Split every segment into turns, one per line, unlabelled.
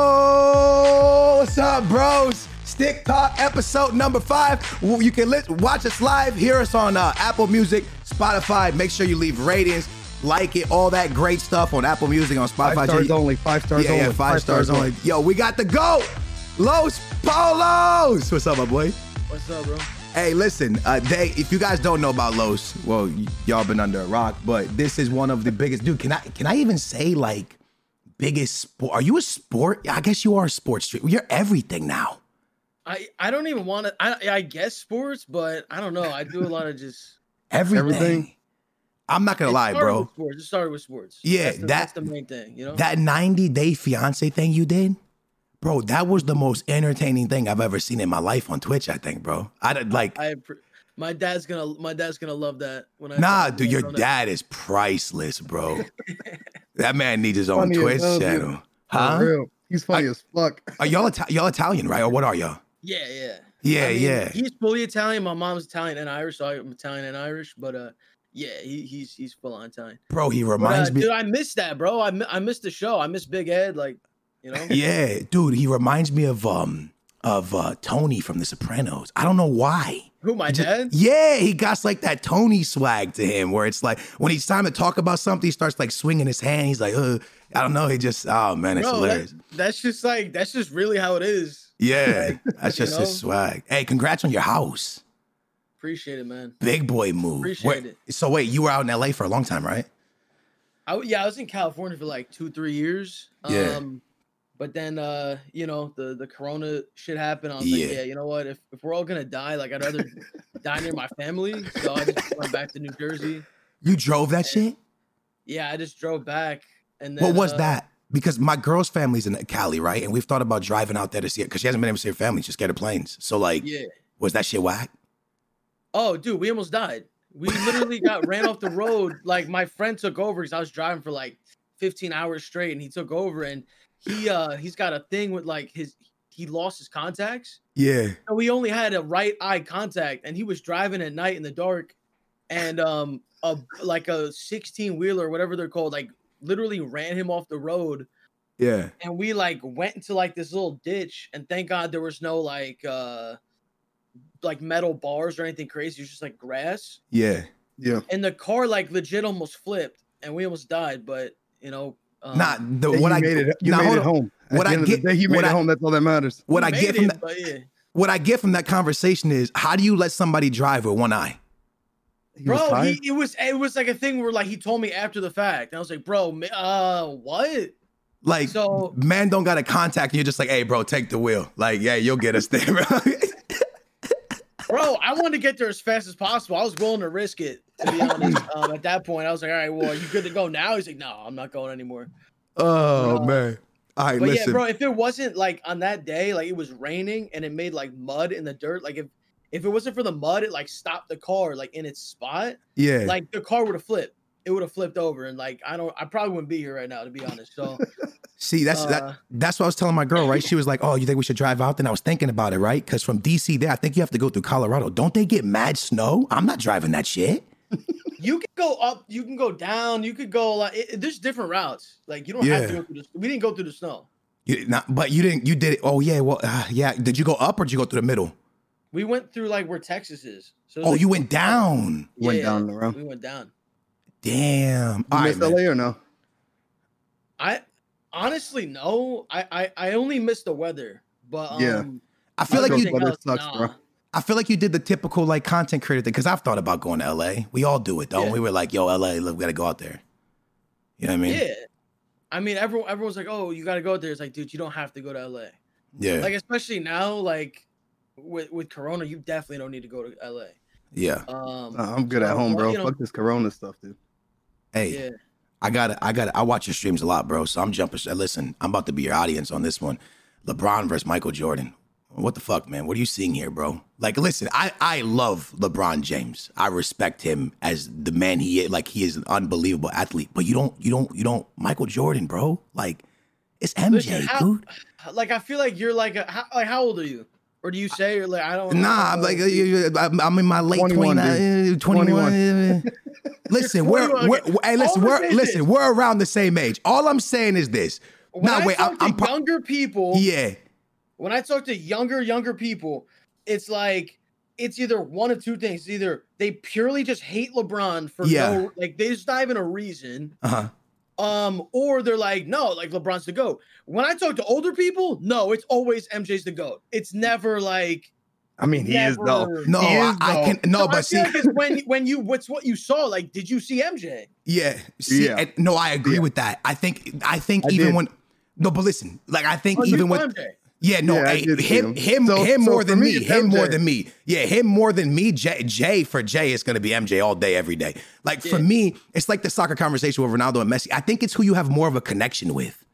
Yo, what's up, bros? Stick Talk episode number five. W- You can lit- watch us live, hear us on uh, Apple Music, Spotify. Make sure you leave ratings, like it, all that great stuff on Apple Music, on Spotify.
Five stars
Yeah,
only, five stars
yeah, yeah,
only,
five, stars, only. Yo, we got the GOAT, Los Polos. What's up, my boy?
What's up, bro?
Hey, listen, uh, they if you guys don't know about Los, well, y- y'all been under a rock, but this is one of the biggest. Dude, can I can I even say like biggest sport? Are you a sport? I guess you are a sports street. You're everything now.
I I don't even want to. I I guess sports, but I don't know. I do a lot of just
Everything.
Everything.
I'm not gonna
It
lie,
started
bro.
With sports. It started with sports.
Yeah,
that's the,
that-
that's the main thing. You know,
That 90 day fiance thing you did, bro, that was the most entertaining thing I've ever seen in my life on Twitch, I think, bro. I did like
I appre- my dad's gonna my dad's gonna love that when I
nah,
talk to
dude,
him
your
about that.
dad is priceless, bro. that man needs his own
Funny as
Twitch
hell, dude.
channel.
For
Huh?
real. He's funny as fuck.
Are y'all Ita- y'all Italian, right? Or what are y'all?
Yeah, yeah,
Yeah,
I mean,
yeah.
He's fully Italian. My mom's Italian and Irish, so I'm Italian and Irish. But uh, yeah, he, he's he's full on Italian.
Bro, he
But, uh,
reminds me
dude, I miss that, bro. I mi- I miss the show. I miss Big Ed. Like, you know,
Yeah, dude, he reminds me of um of uh Tony from The Sopranos. I don't know why.
who my
Ju-
dad?
Yeah, he got like that Tony swag to him, where it's like when he's time to talk about something, he starts like swinging his hand. He's like, uh, I don't know. He just, oh man, it's
Bro,
hilarious.
that, that's just like that's just really how it is.
yeah, that's
you
just his
know?
swag. Hey, congrats on your house,
Appreciate it, man.
big boy move.
Appreciate
Wait, So wait, you were out in L.A. for a long time, right?
I w- yeah, I was in California for like two, three years.
Yeah.
Um, but then uh, you know, the the corona shit happened. I was
Yeah.
like, Yeah, you know what? If if we're all gonna die, like I'd rather die near my family. So I just went back to New Jersey.
You drove that shit.
Yeah, I just drove back and then
What was
uh,
that? Because my girl's family's in Cali, right? And we've thought about driving out there to see it because she hasn't been able to see her family. She's scared of planes. So like,
Yeah.
was that shit whack?
Oh, dude, we almost died. We literally got ran off the road. Like my friend took over because I was driving for like 15 hours straight and he took over and he uh he's got a thing with like his he lost his contacts.
Yeah.
and we only had a right eye contact and he was driving at night in the dark and um a like a 16 wheeler whatever they're called like literally ran him off the road
Yeah.
and we like went into like this little ditch and thank god there was no like uh like metal bars or anything crazy. It was just like grass.
Yeah.
Yeah.
And the car like legit almost flipped and we almost died, but you know, um,
Nah, the,
Hey,
what
you
I
made it, you
nah,
made
hold
it
on.
home. At
What
the
I
end
get,
of the day, you
what
made
I-
it home. That's all that matters.
What
we
I get
made
from
it,
that,
but yeah.
what I get from that conversation is how do you let somebody drive with one eye?
He was
bro,
tired.
he, it was it was like a thing where like he told me after the fact. And I was like, bro, ma- uh, what?
Like,
So-
man, don't got a contact. And you're just like, hey, bro, take the wheel. Like, yeah, you'll get us there. bro.
Bro, I wanted to get there as fast as possible. I was willing to risk it, to be honest. um, at that point, I was like, all right, well, are you good to go now? He's like, no, I'm not going anymore.
oh
Bro.
man. All right,
But
listen.
yeah, bro, if it wasn't like on that day, like it was raining and it made like mud in the dirt, like if if it wasn't for the mud, it like stopped the car like in its spot,
yeah.
like the car would have flipped. It would have flipped over, and like I don't, I probably wouldn't be here right now, to be honest. So
See, that's
Uh,
that, that's what I was telling my girl, right? She was like, "Oh, you think we should drive out?" Then I was thinking about it, right? Because from DC, there, I think you have to go through Colorado. Don't they get mad snow? I'm not driving that shit.
you can go up, you can go down, you could go like it, it- there's different routes. Like you don't have to
Yeah.
go through the. We didn't go through the snow.
You, not, but you didn't. You did it. Oh yeah. Well, uh, yeah. Did you go up or did you go through the middle?
We went through like where Texas is. So it was,
Oh,
like,
you went down.
Went
yeah,
down the road.
We went down.
Damn.
You
All right,
missed
man.
LA or no?
I honestly no. I I, I only missed the weather, but um,
Yeah.
I feel like
Michael
you.
everything
Weather
else,
sucks, bro.
nah.
I feel like you did the typical like content creator thing because I've thought about going to LA. We all do it though.
Yeah.
We were like, "Yo, LA, look, we gotta go out there." You know what I mean?
Yeah. I mean, everyone everyone's like, "Oh, you got to go out there." It's like, dude, you don't have to go to LA.
Yeah.
Like, especially now, like with with Corona, you definitely don't need to go to LA.
yeah.
Um,
Nah, I'm good at
so,
home,
well,
bro.
you know-
Fuck this Corona stuff, dude.
Hey.
yeah,
I got it. I got it. I watch your streams a lot, bro. So I'm jumping. Listen, I'm about to be your audience on this one. LeBron versus Michael Jordan. What the fuck, man? What are you seeing here, bro? Like, listen, I I love LeBron James. I respect him as the man he is. Like, he is an unbelievable athlete. But you don't, you don't, you don't. Michael Jordan, bro. Like, it's MJ,
Listen, how-
dude.
like I feel like you're like, a, how, like how old are you? Or do you say you're like I don't?
Nah, I'm like, uh, you- you- I'm I'm in my late
21,
21. 21. uh, listen, we're,
21,
we're,
okay.
hey, listen,
All
we're,
I'm saying is
listen,
this.
we're around the same age. All I'm saying is this.
When
Nah,
I
wait, I'm,
talk
I'm
to
pro-
younger people.
yeah.
when I talk to younger, younger people, it's like it's either one of two things. Either they purely just hate LeBron for
Yeah.
no like there's not even a reason.
Uh huh.
Um, or they're like, no, like LeBron's the GOAT. When I talk to older people, no, it's always MJ's the GOAT. It's never like
I mean, he is though.
never-
No,
He
I,
is,
I
though.
can no,
So I
but see,
feel like it's when when you what's what you saw. Like, did you see MJ?
yeah, see,
Yeah.
and- no, I agree
Yeah.
with that. I think, I think
I
even
did.
when, no, but listen, like I think
Oh, you
even
saw
with,
MJ.
yeah, no,
Yeah, I
hey,
did see
him,
him.
him,
So-
him
so
more
for
than
me,
me,
it's
him more
MJ.
than me, yeah, him more than me. Jay, Jay for Jay is gonna be MJ all day, every day. Like for
Yeah.
me, it's like the soccer conversation with Ronaldo and Messi. I think it's who you have more of a connection with.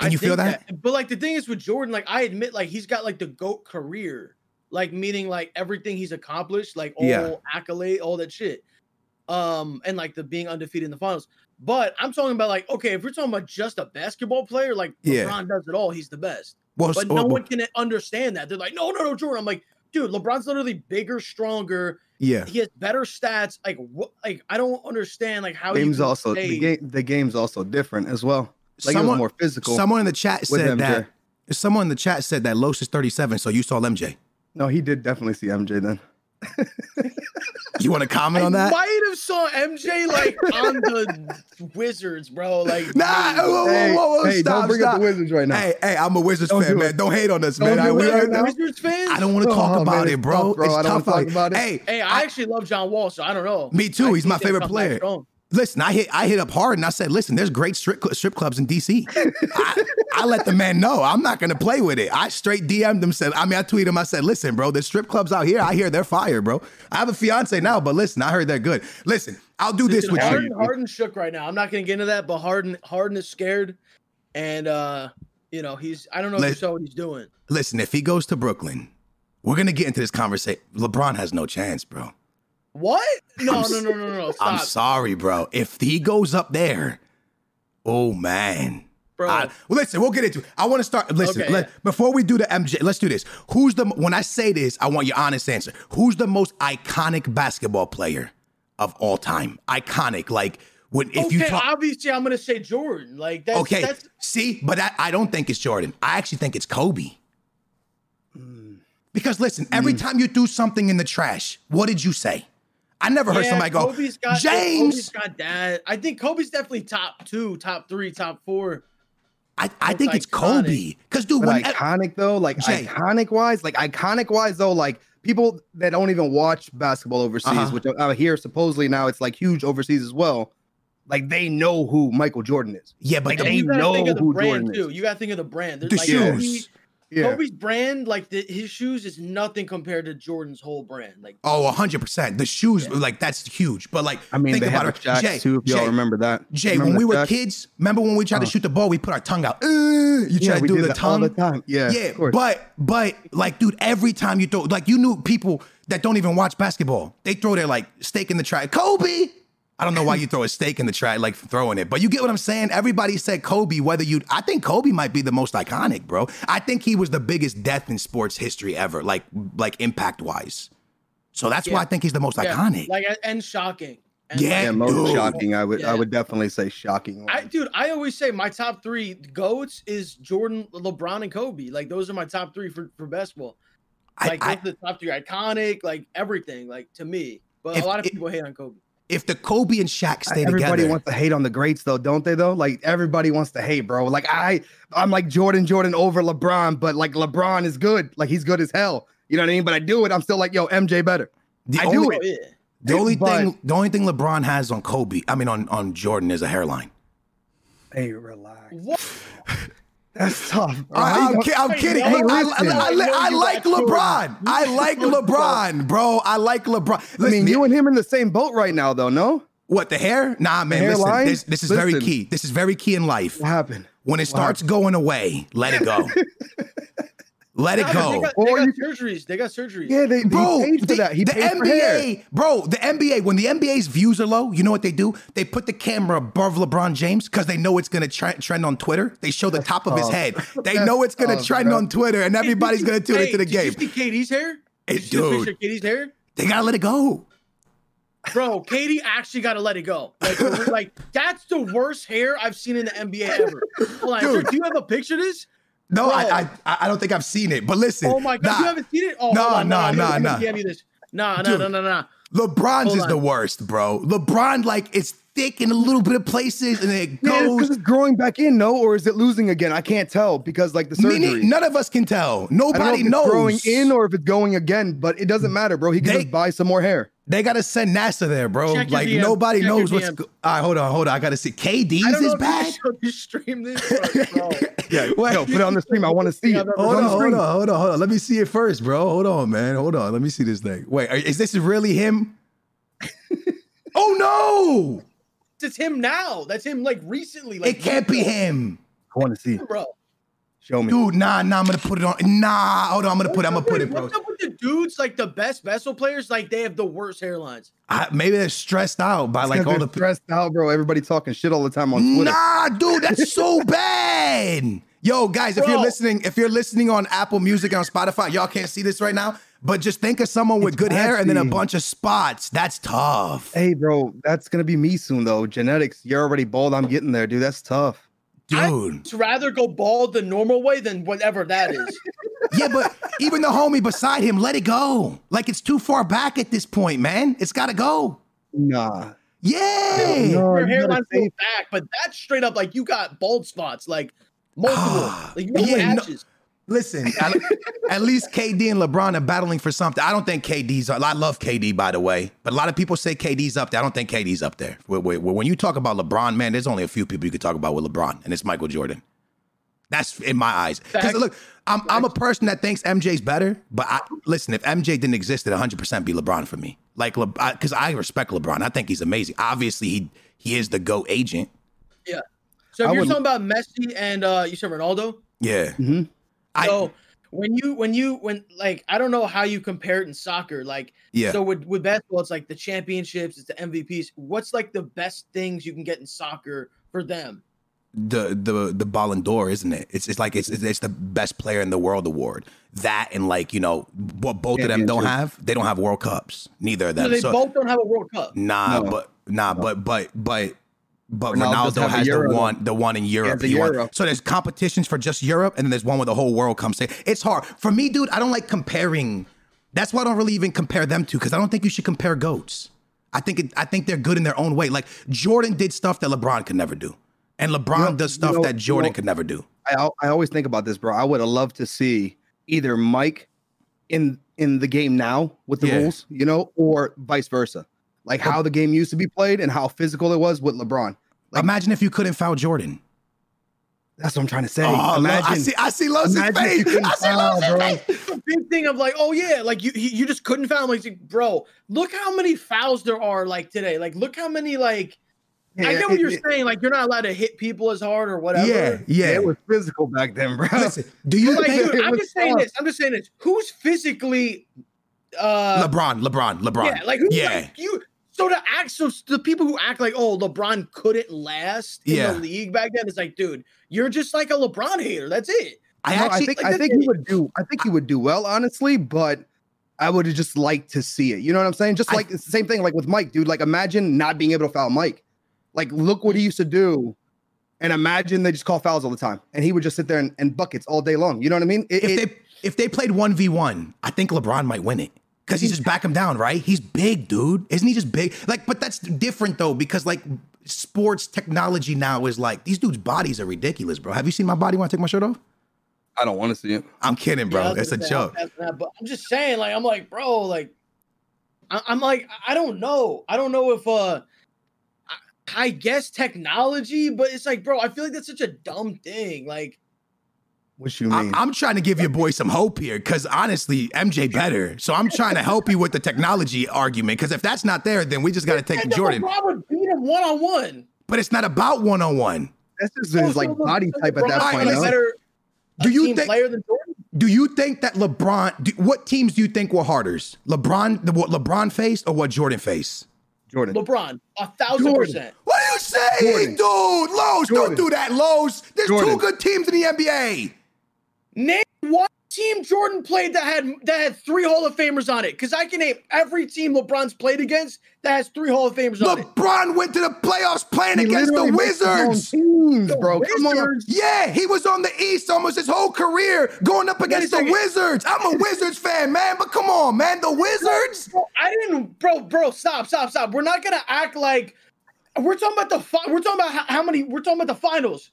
Can you feel
think But like the thing is with Jordan, like I admit, like he's got like the goat career, like meaning like everything he's accomplished, like all
Yeah.
accolade, all that shit, um, and like the being undefeated in the finals. But I'm talking about like okay, if we're talking about just a basketball player, like
Yeah.
LeBron does it all, he's the best.
Well,
But
so-
no
well,
one can understand that. They're like, no, no, no, Jordan. I'm like, dude, LeBron's literally bigger, stronger.
yeah,
He has better stats. Like what? Like I don't understand like how you
Game's
can
also the
say-
game. The game's also different as well. Like it was
Someone-
more physical.
someone in the chat
with
said
MJ.
that. Someone in the chat said that Los is 37, so you saw MJ.
No, he did definitely see MJ then.
You want to comment on
I
that?
might have saw MJ like on the Wizards, bro. Like,
Nah,
dude,
whoa, whoa,
hey,
whoa, whoa,
hey,
stop,
don't bring up
stop.
the Wizards right now.
Hey, hey, I'm a Wizards
Don't
fan,
do
man.
it.
Don't hate on us,
Don't
man.
do
I,
it
we
right
are-
now.
Wizards fans.
I don't want to
Oh,
talk about
man,
it, bro.
it's tough, bro. I
It's
don't
tough.
wanna talk
out-
about it.
Hey,
Hey, I, actually love John Wall, so I don't know.
Me too,
I
he's
think
my
they
favorite
come back
player.
strong.
listen, I hit I hit up hard and I said, listen, there's great strip, cl- strip clubs in DC. I, I let the man know I'm not gonna play with it. I straight DM'd him, said, I mean, I tweeted him, I said, listen, bro, there's strip clubs out here. I hear they're fire, bro. I have a fiance now, but listen, I heard they're good. Listen, I'll do this
Listen,
with
Harden,
you.
Harden's shook right now. I'm not gonna get into that, but Harden, Harden is scared, and uh, you know he's. I don't know if you
Let-
saw what he's doing.
Listen, if he goes to Brooklyn, we're gonna get into this conversation. LeBron has no chance, bro.
What? No,
I'm
no,
s-
no, no, no, no.
I'm
Stop,
sorry, bro. If he goes up there, oh man.
bro.
I- well, listen, we'll get into it. I want to start. Listen,
Okay,
let-
yeah.
before we do the MJ, let's do this. Who's the when I say this, I want your honest answer. Who's the most iconic basketball player of all time? Iconic, like when if
okay,
you talk.
obviously I'm gonna say Jordan. Like that's
okay,
That's Hmm.
see, but I, I don't think it's Jordan. I actually think it's Kobe. Because listen, every time you threw something in the trash, what did you say? I never heard
Yeah,
somebody go,
Kobe's got,
James.
Kobe's got that. I think Kobe's definitely top two, top three, top four.
I, I think it's
That's
Kobe.
iconic.
Because, dude,
But
when, e-,
iconic though, like
Jay.
iconic wise, like iconic wise though, like people that don't even watch basketball overseas,
Uh-huh.
which uh, I, I hear supposedly now it's like huge overseas as well. Like they know who Michael Jordan is.
yeah, but
Like,
they,
they
you gotta think
know
of the
who
brand
Jordan
too.
is.
You gotta think of the brand. There's
the
like
yeah.
Kobe-
shoes.
Yeah,
Kobe's brand, like the, his shoes, is nothing compared to Jordan's whole brand. Like
Oh, 100%. The shoes, like, that's huge. But, like,
I mean
think
they
about
have a
it.
Shaq
Jay,
too. If y'all
Jay,
remember that.
Jay,
Remember
when we
the
were
Shaq?
kids, remember when we tried to
Uh.
shoot the ball, we put our tongue out. Uh, you try
yeah,
to
we
do
did
the
that
tongue.
all the time. Yeah,
yeah,
of course.
but but like, dude, every time you throw, like, you knew people that don't even watch basketball. They throw their like steak in the trash. Kobe. I don't know why you throw a steak in the trash, like for throwing it, but you get what I'm saying. Everybody said Kobe. Whether you, I think Kobe might be the most iconic, bro. I think he was the biggest death in sports history ever, like like impact wise. So that's why I think he's the most
yeah,
iconic.
like and shocking. And
Yeah,
yeah, most
Dude.
shocking. I would,
Yeah.
I would definitely say shocking.
I, dude, I always say my top three goats is Jordan, LeBron, and Kobe. Like those are my top three for, for basketball.
I-
Like
I-
those are the top three iconic, like everything, like to me. But
If-
a lot of
if-
people hate on Kobe.
if the Kobe and Shaq stay
everybody
together,
wants to hate on the greats though, don't they though? Like everybody wants to hate, bro. Like I I'm like Jordan Jordan over LeBron, but like LeBron is good. Like he's good as hell. You know what I mean? But I do it. I'm still like, yo, MJ better.
the
I
only,
do
Oh,
it.
yeah.
The only
But-
thing, the only thing LeBron has on Kobe, I mean on on Jordan, is a hairline.
Hey, relax.
What?
That's tough. bro.
I,
How you
am
gonna-
kidding.
hey,
I, I-
listen.
I- I-
I know
I
you
like
got Jordan.
LeBron. I like LeBron, bro. I like LeBron.
I
Listen,
mean,
the-
you and him in the same boat right now, though. No,
what the hair? Nah, man. Listen,
hairline?
this, this is very
Listen.
key. This is very key in life.
what happened?
When it starts going away, let it go. let it
Nah, but They
go.
got,
Or
they
you
got surgeries. They got surgeries.
Yeah, they,
Bro,
he paid for
the,
that. He
the
paid for hair.
NBA, bro, the NBA. When the NBA's views are low, you know what they do? They put the camera above LeBron James because they know it's gonna tre- trend on Twitter. They show the top of his head. They know it's gonna
tough,
trend
bro.
on Twitter, and
Hey, did
everybody's
you-
gonna tune
hey,
into the
did
game.
You see Katie's hair?
Hey,
Did you see the picture
dude.
of Katie's hair?
They gotta let it go.
Bro, Katie actually got to let it go. Like, we're- like, that's the worst hair I've seen in the NBA ever. Hold on,
Dude.
Andrew, do you have a picture of this?
No, I, I
Bro.
I don't think I've seen it. But listen,
Oh my god, you
nah,
haven't seen it? Oh,
Nah,
hold on,
nah,
hold on,
nah,
I'm gonna
nah.
DM you this. Nah, nah,
Dude.
nah, nah, nah.
LeBron's
Hold
is the
on.
worst, bro. LeBron like it's thick in a little bit of places, and it
Yeah, because
goes.
it's growing back in, no, or is it losing again? I can't tell because like the surgery.
Meaning, none of us can tell.
I don't know
Nobody
if it's
knows.
growing in or if it's going again, but it doesn't matter, bro. He can
They-
just buy some more hair.
They gotta send NASA there, bro.
Check your
like
DM.
nobody
Check your
knows what's.
DM.
Go- All right, hold on, hold on. I gotta see.
I
KD's
don't know
is
if you can
bad.
show this stream this, bro.
Yeah, yo, put it on the stream. I want to see it.
Hold
Put
on,
it on the
hold
stream.
on, hold on, hold on. Let me see it first, bro. Hold on, man. Hold on. Let me see this thing. Wait, are- is this really him? oh
It's him now. That's him, like recently.
no!
Like,
It can't be him,
I want to see.
bro.
Show me.
dude. Nah, nah. I'm gonna put it on. Nah, hold on. I'm gonna put. I'm gonna put it, bro.
What's up with the dudes? Like the best vessel players, like they have the worst hairlines.
I, maybe they're stressed out by like all the.
stressed out, bro. Everybody talking shit all the time on Twitter.
Nah, dude, that's so bad. Yo, guys, if you're
Bro.
listening, if you're listening on Apple Music and on Spotify, y'all can't see this right now, but just think of someone with
It's
good hair and then a
nasty.
bunch of spots. That's tough.
Hey, bro, that's gonna be me soon though. Genetics, you're already bald. I'm getting there, dude. That's tough.
Dude.
I'd rather go bald the normal way than whatever that is.
yeah, but even the homie beside him, let it go. Like it's too far back at this point, man. It's gotta go.
Nah.
Yeah.
Your
No, you gotta
hairline's
save-
going back, but that's straight up like you got bald spots, like multiple,
Ah,
like you got
yeah, no-
patches.
Listen, at, at least KD and LeBron are battling for something. I don't think KD's. I love KD, by the way, but a lot of people say KD's up there. I don't think KD's up there. Wait, wait, wait, When you talk about LeBron, man, there's only a few people you could talk about with LeBron, and it's Michael Jordan. That's in my eyes. Because
Facts.
look, I'm I'm a person that thinks MJ's better, but I listen. If MJ didn't exist, it'd 100 percent be LeBron for me. Like, because I, respect LeBron. I think he's amazing. Obviously, he he is the go agent.
So if
I
you're
would-
talking about Messi and uh, you said Ronaldo,
Yeah.
Mhm.
I
Mm-hmm. so when you when you when like I don't know how you compare it in soccer, like
yeah.
so with with basketball, it's like the championships, it's the MVPs. What's like the best things you can get in soccer for them?
the the the Ballon d'Or, isn't it? It's it's like it's it's it's the best player in the world award. That and like you know what both of them don't have. They don't have World Cups. Neither of
So
them.
they
So Mm.
both don't have a World Cup.
nah,
No.
but nah, but but but But
Ronaldo's
Ronaldo
have the
has the
Euro,
one, the one in Europe.
the
He won.
Euro.
So there's competitions for just Europe, and then there's one where the whole world comes in. It's hard for me, dude. I don't like comparing. That's why I don't really even compare them to because I don't think you should compare goats. I think it, I think they're good in their own way. Like Jordan did stuff that LeBron could never do, and LeBron
know-
does
you
stuff
know-
that
you
Jordan
know-
could never do.
I al- I always think about this, bro. I would have loved to see either Mike in in the game now with the
Yeah.
rules, you know, or vice versa. Like how the game used to be played and how physical it was with LeBron. Like-
Imagine if you couldn't foul Jordan.
That's what I'm trying to say.
oh, look, I
imagine,
see, I see Lowe's face.
imagine if you couldn't
I see
foul,
Lowe's
bro.
face.
The big thing of like, oh yeah, like you he- you just couldn't foul. Like, bro, look how many fouls there are like today. Like, look how many like I
Yeah,
get what
it-
you're
it-
saying. Like, you're not allowed to hit people as hard or whatever.
Yeah,
Yeah,
yeah.
it was physical back then, bro.
Listen, do you
Like,
think
dude,
It
I'm
was
just saying
tough.
this. I'm just saying this. Who's physically uh
LeBron, LeBron, LeBron?
Yeah, like who
Yeah.
like, you so the act so the people who act like oh LeBron couldn't last in
Yeah.
the league back then, it's like, dude, you're just like a LeBron hater. That's it.
I
No,
actually,
I think
like,
I
that's
think he
it.
would do. I think he would do well, honestly. But I would have just liked to see it. You know what I'm saying? Just
I-
like it's the same thing, like with Mike, dude. Like imagine not being able to foul Mike. Like look what he used to do, and imagine they just call fouls all the time, and he would just sit there and, and buckets all day long. You know what I mean? It-
if
it-
they if they played one v one, I think LeBron might win it because he just back him down, right? He's big, dude. Isn't he just big? Like, but that's different though because like sports technology now is like these dudes' bodies are ridiculous, bro. Have you seen my body when I take my shirt off?
I don't want to see it.
I'm kidding,
Yeah, I
bro. It's
was
a
gonna say, I'm
joke.
past that, but I'm just saying, like, I'm like, bro, like, I- I'm like, I- I don't know, I don't know if, uh, I, I guess technology, but it's like, bro, I feel like that's such a dumb thing. Like,
What you mean?
I'm, I'm trying to give your boy some hope here because honestly, MJ better. So I'm trying to help you with the technology argument because if that's not there, then we just got to take
and
Jordan.
LeBron would beat him one on one.
But it's not about one on one.
That's just his like body type at that
LeBron
point.
is
huh?
better- Do
Better a
you
team
think-
player than Jordan?
Do you think that LeBron? Do, what teams do you think were harders? LeBron, the, what LeBron faced, or what Jordan faced?
Jordan.
LeBron, a thousand
Jordan.
percent.
What are you saying,
Jordan.
dude? Lowe's,
Jordan.
don't do that, Lowe's. There's two
Jordan.
good teams in the NBA.
Name one team Jordan played that had that had three Hall of Famers on it, because I can name every team LeBron's played against that has three Hall of Famers on it.
LeBron went to the playoffs playing
He
against the
literally makes his own
Wizards.
Teams, bro. Come on.
Wizards?
Yeah, he was on the East almost his whole career, going up against the
second.
Wizards. I'm a Wizards fan, man, but come on, man, the Wizards.
Bro, I didn't, bro, bro. Stop, stop, stop. We're not gonna act like we're talking about the. Fi- we're talking about how, how many. We're talking about the finals.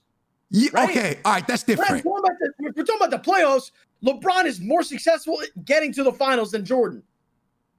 Yeah,
Right.
Okay, all right, that's
We're, not
different.
talking about the, we're we're talking about the playoffs. LeBron is more successful at getting to the finals than Jordan.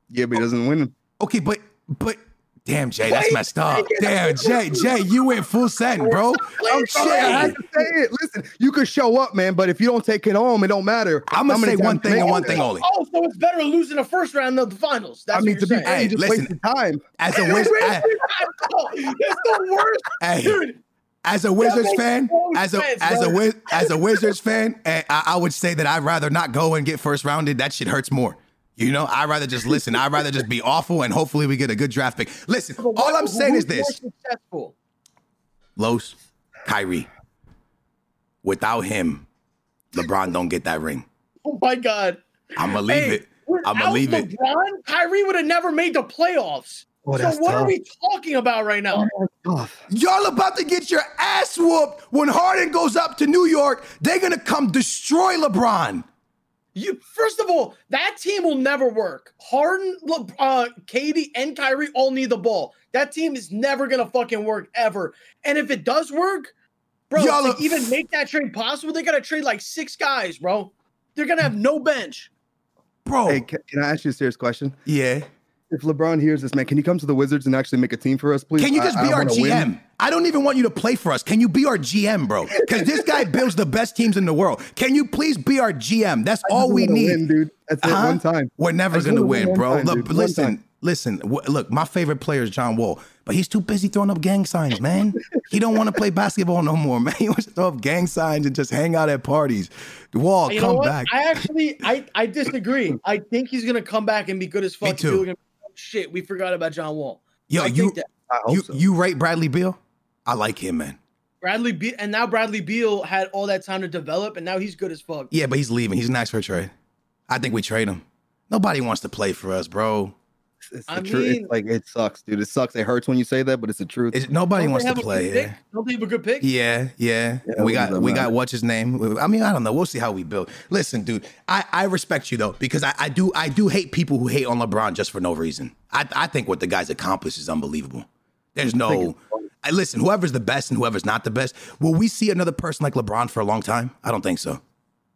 Yeah, but he doesn't win. them.
Okay, but but damn, Jay, that's
Wait,
messed up.
Jay,
Damn, Jay, Jay, you went full send, bro. Oh, I'm
Shit, I had
saying.
to say it. Listen, you could show up, man, but if you don't take it home, it don't matter.
I'm gonna
How many
say one
times
thing
you
and
make
one
it.
thing only.
Oh, so it's better losing the first round than the finals. That's
I mean,
what
to
you're
be fair,
saying.
Hey,
you just
listen.
wasted time.
As a Wiz-
Wait,
I-
wait, no, that's the worst,
hey,
dude.
as a Wizards
makes
fan,
no
as a
sense,
as a
bro.
Wiz- as a Wizards fan, eh, I, I would say that I'd rather not go and get first rounded. That shit hurts more. You know, I'd rather just listen. I'd rather just be awful and hopefully we get a good draft pick. Listen, all I'm saying is
Who's more
this.
Successful.
Los, Kyrie. Without him, LeBron don't get that ring.
Oh my god.
I'ma leave
Hey,
it. I'ma
without
leave it.
LeBron, Kyrie would have never made the playoffs. so what are we talking about right now?
Y'all about to get your ass whooped when Harden goes up to New York. They're gonna come destroy LeBron.
You first of all, that team will never work. Harden, Le, uh, Katie, and Kyrie all need the ball. That team is never gonna fucking work ever. And if it does work, bro,
Y'all
to
are-
even make that trade possible, they gotta trade like six guys, bro. They're gonna have no bench.
Bro.
Hey, can, can I ask you a serious question?
yeah.
If LeBron hears this, man, can you come to the Wizards and actually make a team for us, please?
Can you
I-
just
I
be our
wanna win.
GM? I don't even want you to play for us. Can you be our GM, bro? Because this guy builds the best teams in the world. Can you please be our GM? That's
I
all
just
we
wanna
need.
win, dude. That's
Huh?
it. One time.
We're never
I just
going to
wanna win
win,
one
bro.
time,
Look,
dude. One
listen,
time.
listen. W- look, my favorite player is John Wall, but he's too busy throwing up gang signs, man. he don't want to play basketball no more, man. He wants to throw up gang signs and just hang out at parties. Wall,
You know
come
what?
back.
I actually, I, I disagree. I think he's gonna come back and be good as fuck.
Me
and people
too.
are gonna be like, "Oh, Shit, we forgot about John Wall.
Yo,
I
you
think that
I hope
you
so.
you rate Bradley Bill? I like him, man.
Bradley Be- and now Bradley Beal had all that time to develop, and now he's good as fuck.
Yeah, but he's leaving. He's next for a trade. I think we trade him. Nobody wants to play for us, bro.
sucks. It's the
I
truth. It's
mean-
like it sucks, dude. It sucks. It hurts when you say that, but it's the truth.
It's, nobody
Don't
wants
they
to
have a
play. eh?
good
Yeah.
pick? Don't they have a good pick?
Yeah, yeah.
Yeah,
we
it
got
wouldn't
we
matter.
got what's his name. I mean, I don't know. We'll see how we build. Listen, dude, I, I respect you though because I, I do I do hate people who hate on LeBron just for no reason. I I think what the guy's accomplished is unbelievable. There's no. I listen. Whoever's the best and whoever's not the best. Will we see another person like LeBron for a long time? I don't think so.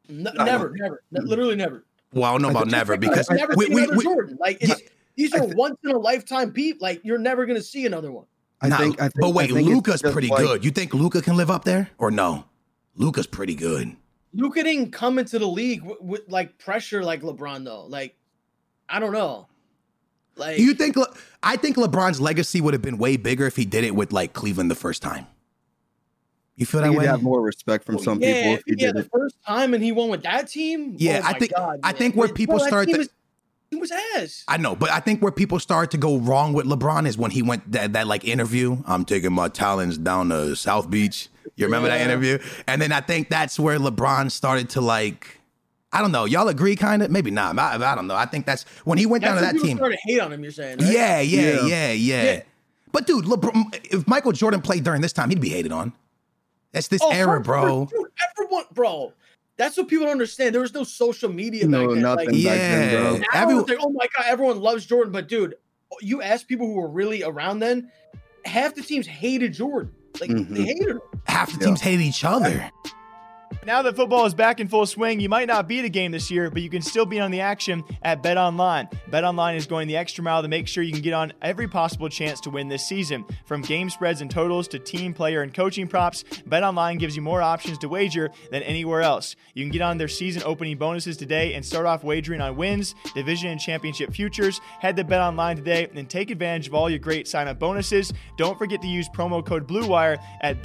N- never, never, n- literally never.
Well, Mm-hmm. I don't know about never because
I've never
we,
seen
we,
another
we-
Jordan. Like it's, these are once in a lifetime peep. Like you're never gonna see another one.
I
nah,
think, I think,
but
I
wait,
think it's
Luca's
just
pretty
like-
good. You think Luca can live up there or no? Luca's pretty good.
Luka didn't come into the league with, with like pressure like LeBron though. Like I don't know. Like
Do you think? Le- I think LeBron's legacy would have been way bigger if he did it with like Cleveland the first time. You feel
I
that
think
way?
you'd have more respect from some
yeah,
people if you
yeah,
did
the
it.
first time and he won with that team.
Yeah,
Oh
I
my
think-
God,
I
man.
think where
Bro,
people
that
start
team
to-
was- he was ass.
I know, but I think where people started to go wrong with LeBron is when he went that, that like interview. I'm taking my talents down to South Beach. You remember that
Yeah.
interview? And then I think that's where LeBron started to like. I don't know. Y'all agree, kind of? Maybe not. I, I don't know. I think that's when he went
That's
down to that
when people
team.
Started to hate on him. You're saying, right?
Yeah, yeah,
Yeah.
yeah, yeah,
Yeah.
But dude, LeBron, if Michael Jordan played during this time, he'd be hated on. That's this
Oh,
era,
for-
bro.
for- dude, everyone, bro. That's what people don't understand. There was no social media.
No,
back then.
nothing.
Like,
back then,
Yeah,
bro.
now it's
everyone.
like, oh my god, everyone loves Jordan. But dude, you ask people who were really around then, half the teams hated Jordan. Like they
Mm-hmm.
Mhm.
hated him.
half the
Yeah.
teams hated each other.
Now that football is back in full swing, you might not be at a game this year, but you can still be on the action at BetOnline. BetOnline is going the extra mile to make sure you can get on every possible chance to win this season. From game spreads and totals to team player and coaching props, BetOnline gives you more options to wager than anywhere else. You can get on their season opening bonuses today and start off wagering on wins, division, and championship futures. Head to BetOnline today and take advantage of all your great sign-up bonuses. Don't forget to use promo code BLUEWIRE at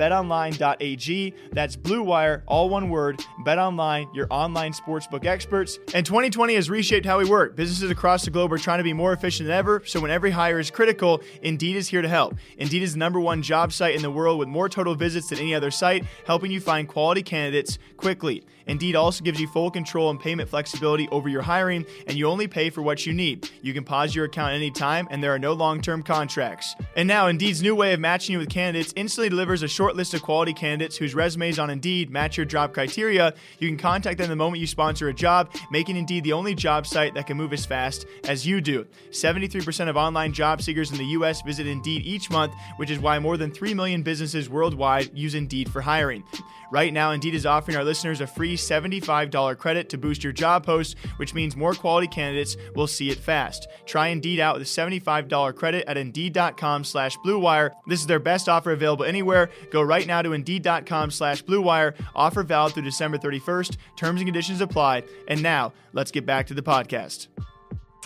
betonline.ag. That's BlueWire, all one word. BetOnline, your online sportsbook experts. And 2020 has reshaped how we work. Businesses across the globe are trying to be more efficient than ever, so when every hire is critical, Indeed is here to help. Indeed is the number one job site in the world with more total visits than any other site, helping you find quality candidates quickly. Indeed also gives you full control and payment flexibility over your hiring, and you only pay for what you need. You can pause your account anytime, and there are no long term contracts. And now, Indeed's new way of matching you with candidates instantly delivers a short list of quality candidates whose resumes on Indeed match your job criteria. You can contact them the moment you sponsor a job, making Indeed the only job site that can move as fast as you do. 73% of online job seekers in the U.S. visit Indeed each month, which is why more than 3 million businesses worldwide use Indeed for hiring. Right now, Indeed is offering our listeners a free $75 credit to boost your job post, which means more quality candidates will see it fast. Try Indeed out with a $75 credit at Indeed.com slash BlueWire. This is their best offer available anywhere. Go right now to Indeed.com slash BlueWire. Offer valid through December 31st. Terms and conditions apply. And now, let's get back to the podcast.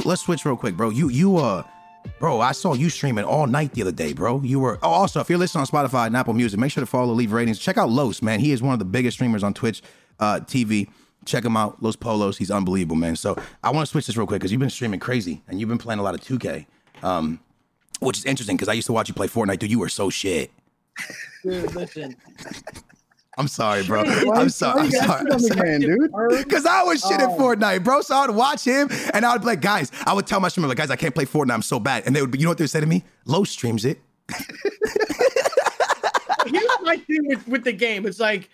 Let's switch real quick, bro. You you uh bro, I saw you streaming all night the other day, bro. You were oh, also if you're listening on Spotify and Apple Music, make sure to follow, leave ratings. Check out Los, man. He is one of the biggest streamers on Twitch uh TV. Check him out, Los Polos. He's unbelievable, man. So I want to switch this real quick because you've been streaming crazy and you've been playing a lot of 2K. Um, which is interesting because I used to watch you play Fortnite, dude. You were so shit.
Dude, listen,
I'm sorry, bro.
Why-
I'm sorry.
why
I'm
you gotta
sorry.
shit on the man, dude.
Cause I was shit at Fortnite, bro. So I'd watch him and I would be like, guys, I would tell my streamer, like, guys, I can't play Fortnite. I'm so bad. And they would be, you know what they would say to me? Low streams it.
here's my thing with, with the game. It's like,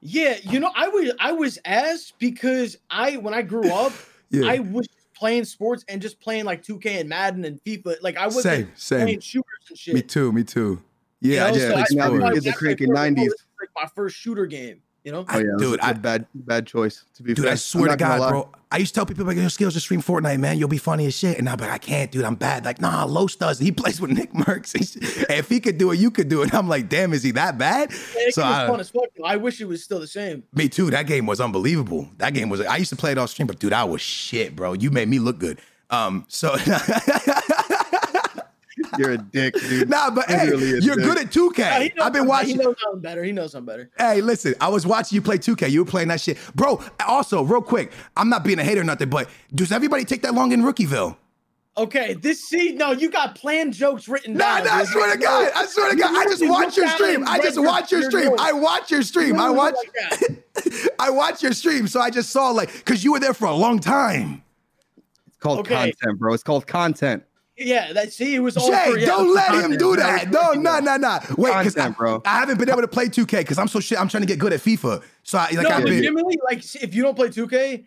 yeah, you know, I was I was ass because I when I grew up,
Yeah.
I was playing sports and just playing like 2K and Madden and FIFA. Like I wasn't
Same, same.
playing shooters and shit.
me too, me too. Yeah,
You
I
know,
just
so
played
I-
now
sports.
I-
kids are
I-
cranking
I-
90s.
Like my first shooter game, you know.
Oh, yeah,
Dude,
dude,
I-
bad, bad choice. To be
Dude,
fair.
I
I'm
swear to
not gonna
God,
lie.
bro. I used to tell people like your skills to stream Fortnite, man. You'll be funny as shit. And I'm like, I can't, dude. I'm bad. Like, nah, Los does. it. He plays with Nick Merckx. and shit. if he could do it, you could do it. I'm like, damn, is he that bad?
And it
So
was
I-
fun as fuck. though. I wish it was still the same.
Me too. That game was unbelievable. That game was. I used to play it off stream, but dude, I was shit, bro. You made me look good. Um, so
You're a dick, dude.
nah, but hey,
Literally a
you're
dick.
good at 2K.
Yeah, he knows
I've been
I'm-
watching.
He knows I'm better. He knows I'm better.
Hey, listen, I was watching you play 2K. You were playing that shit, bro. Also, real quick, I'm not being a hater or nothing, but does everybody take that long in Rookieville?
Okay, this see, no, you got planned jokes written
Nah,
down.
nah, I
dude.
swear to God, I swear to God, I just
literally
watch
looked
your
at it
stream.
and
I
read
just
your-
watch your
your
stream.
notes.
I watch your stream. I
Literally
watch.
like
I watch your stream, so I just saw like, cause you were there for a long time.
It's called
Okay.
content, bro. It's called content.
yeah, that see, it was all
Jay,
for, yeah,
don't
for
let him
content.
do that. No, no, no, no. Wait, because I,
Content, bro.
I haven't been able to play 2K because I'm so shit. I'm trying to get good at FIFA. So I like
no,
I've been
legitimately, like see, if you don't play 2K,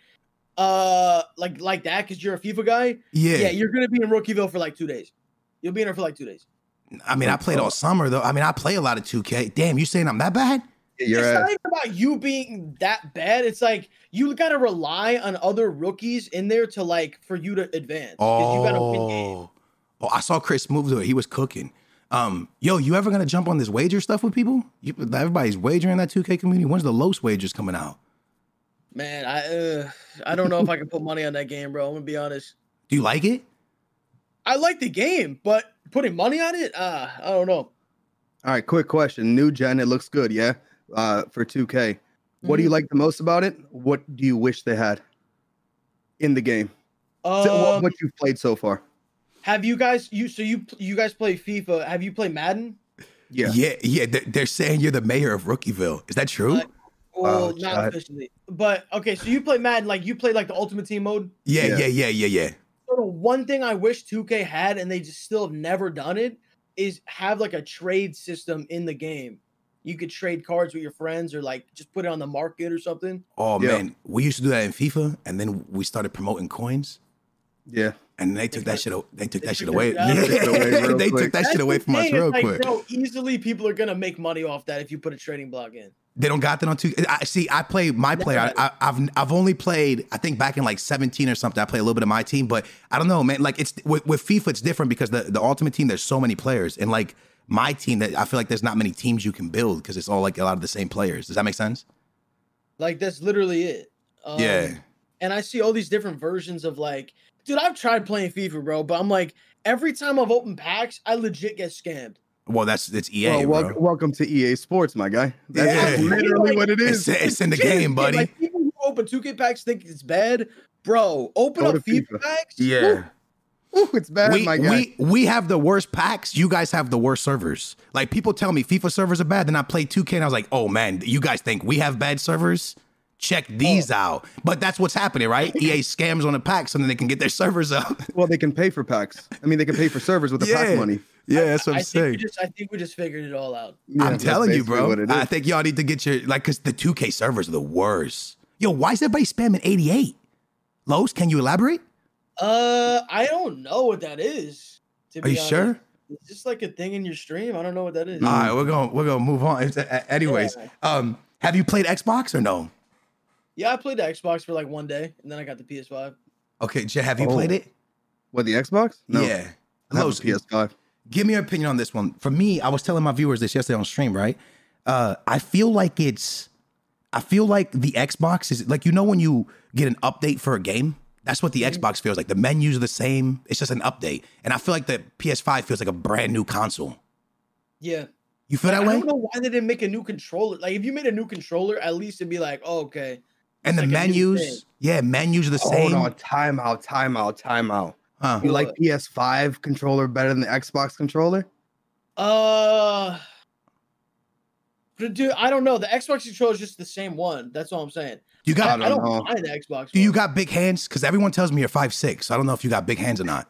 uh, like like that because you're a FIFA guy,
yeah.
yeah. you're gonna be in Rookieville for like two days. You'll be in there for like two days.
I mean, I played all summer though. I mean, I play a lot of 2K. Damn, you saying I'm that bad?
You're
it's not even about you being that bad. It's like you gotta rely on other rookies in there to like for you to advance. 'cause you gotta win games.
Oh, oh, I saw Chris move to it. He was cooking. Um, yo, you ever gonna jump on this wager stuff with people? You, everybody's wagering in that 2K community. When's the lowest wagers coming out?
Man, I uh, I don't know if I can put money on that game, bro. I'm gonna be honest.
Do you like it?
I like the game, but putting money on it, uh, I don't know.
All right, quick question. New gen, it looks good, yeah. Uh, for 2K, what do you like the most about it? What do you wish they had in the game?
Um,
So, what, what you've played so far?
have you guys you so you you guys play FIFA? Have you played Madden?
Yeah,
yeah. yeah, they- they're saying you're the mayor of Rookieville. Is that true?
Uh, Well,
Oh,
not
God.
officially, but okay. So you play Madden, like you play like the Ultimate Team mode.
yeah, yeah, yeah,
yeah.
yeah, yeah.
So the one thing I wish 2K had, and they just still have never done it, is have like a trade system in the game. You could trade cards with your friends, or like just put it on the market or something.
Oh
Yeah.
man, we used to do that in FIFA, and then we started promoting coins,
yeah.
and they took that shit. o- They took
They
that shit
took
away.
that shit
away real
they took
quick.
that
That's
shit away
the
from us
thing, it's
real
like,
quick.
Bro, easily people are gonna make money off that if you put a trading block in.
They don't got that on two. I see. I play my player. I, I, I've I've only played. I think back in like seventeen or something. I play a little bit of my team, but I don't know, man. Like it's with, with FIFA, it's different because the the ultimate team. There's so many players, and like my team, that I feel like there's not many teams you can build because it's all like a lot of the same players. Does that make sense?
Like that's literally it. Um,
yeah.
And I see all these different versions of like, dude, I've tried playing FIFA, bro, but I'm like, every time I've opened packs, I legit get scammed.
Well, that's it's EA,
well, wel-
bro.
welcome to EA Sports, my guy. That's
Yeah.
literally what it
It's,
is.
it's in the
Legit,
game,
dude,
buddy.
Like people who open 2K packs think it's bad, bro. Open
Go
up
to
FIFA,
FIFA.
packs.
yeah.
Ooh, it's bad,
we,
my guy.
we we have the worst packs. You guys have the worst servers. Like people tell me FIFA servers are bad. Then I played 2K and I was like, oh man, you guys think we have bad servers? Check these
Oh.
out. But that's what's happening, right? EA scams on the pack so then they can get their servers up.
well, they can pay for packs. I mean, they can pay for servers with the
Yeah.
pack money.
Yeah, that's what
I think, we just, I think we just figured it all out.
Yeah,
I'm
that's
telling you,
basically
bro.
What it is.
I think y'all need to get your like because the 2K servers are the worst. Yo, why is everybody spamming 88? Lowe's, can you elaborate?
Uh, I don't know what that is. To
Are
be
you
honest.
sure?
It's just like a thing in your stream. I don't know what that is.
Mm.
All right, we're gonna we're gonna move on. Anyways,
Yeah.
um, have you played Xbox or no?
Yeah, I played the Xbox for like one day, and then I got the PS5.
Okay, Jay, have you
Oh.
played it?
What the Xbox? No,
Yeah.
I have a
Los,
PS5.
give me your opinion on this one. For me, I was telling my viewers this yesterday on stream, right? Uh, I feel like it's, I feel like the Xbox is like, you know, when you get an update for a game, that's what the
Mm-hmm.
Xbox feels like. The menus are the same, it's just an update. And I feel like the PS5 feels like a brand new console.
Yeah,
You feel that
I
way?
don't know why they didn't make a new controller. Like, if you made a new controller, at least it'd be like, oh, okay.
And the
like a new thing.
menus, yeah, menus are the
Hold on,
same.
time out, time out, time out.
Huh.
You like
What?
PS5 controller better than the Xbox controller?
Uh, but dude, I don't know. The Xbox controller is just the same one. That's all I'm saying.
You
I,
got,
I don't,
know.
mind the Xbox.
do you
one.
got big hands? Because everyone tells me you're five six. I don't know if you got big hands or not.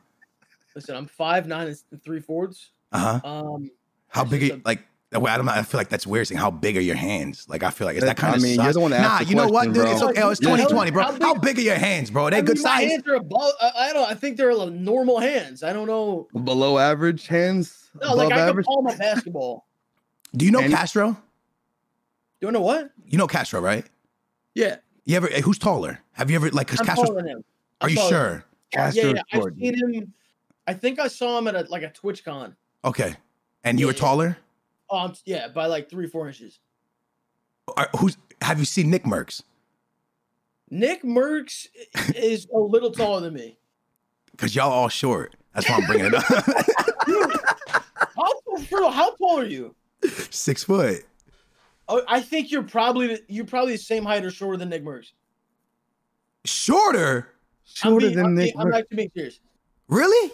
Listen, I'm five nine and s- three fourths.
Uh huh.
Um,
How
It's
big?
just
Are,
a-
like, well, I don't. know, I feel like that's weird saying how big are your hands. Like, I feel like is that
I
kind of.
mean, you're the one that
Nah,
asked the
you know what, dude?
question,
It's
bro.
okay. It's
Yeah.
2020, bro.
How
How big,
big-
are your hands, bro? They
I
good
mean, my
size.
hands are above. I, I don't. I think they're like normal hands. I don't know.
Below average hands?
No,
above
like I can
average?
palm a basketball.
Do you know
Any-
Castro?
Do you know what?
You know Castro, right?
Yeah,
You ever? eh, Who's taller? Have you ever like? Because
I'm
Castro.
calling him.
Are
I'm
you
taller than
sure?
Castro
yeah, yeah. I've
Jordan.
seen him. I think I saw him at a, like a TwitchCon.
Okay. And you were
Yeah.
taller.
Oh, I'm, yeah, by like three, four inches.
Are, who's? Have you seen Nick Merckx?
Nick Merckx is a little taller than me.
Because y'all all short. That's why I'm bringing it up.
How, for real, how tall are you?
Six foot.
Oh, I think you're probably the- you're probably the same height or shorter than Nick Merckx.
Shorter.
I'm
Shorter
being-
than
I'm
Nick.
being- I'm
Merck.
actually being serious.
Really?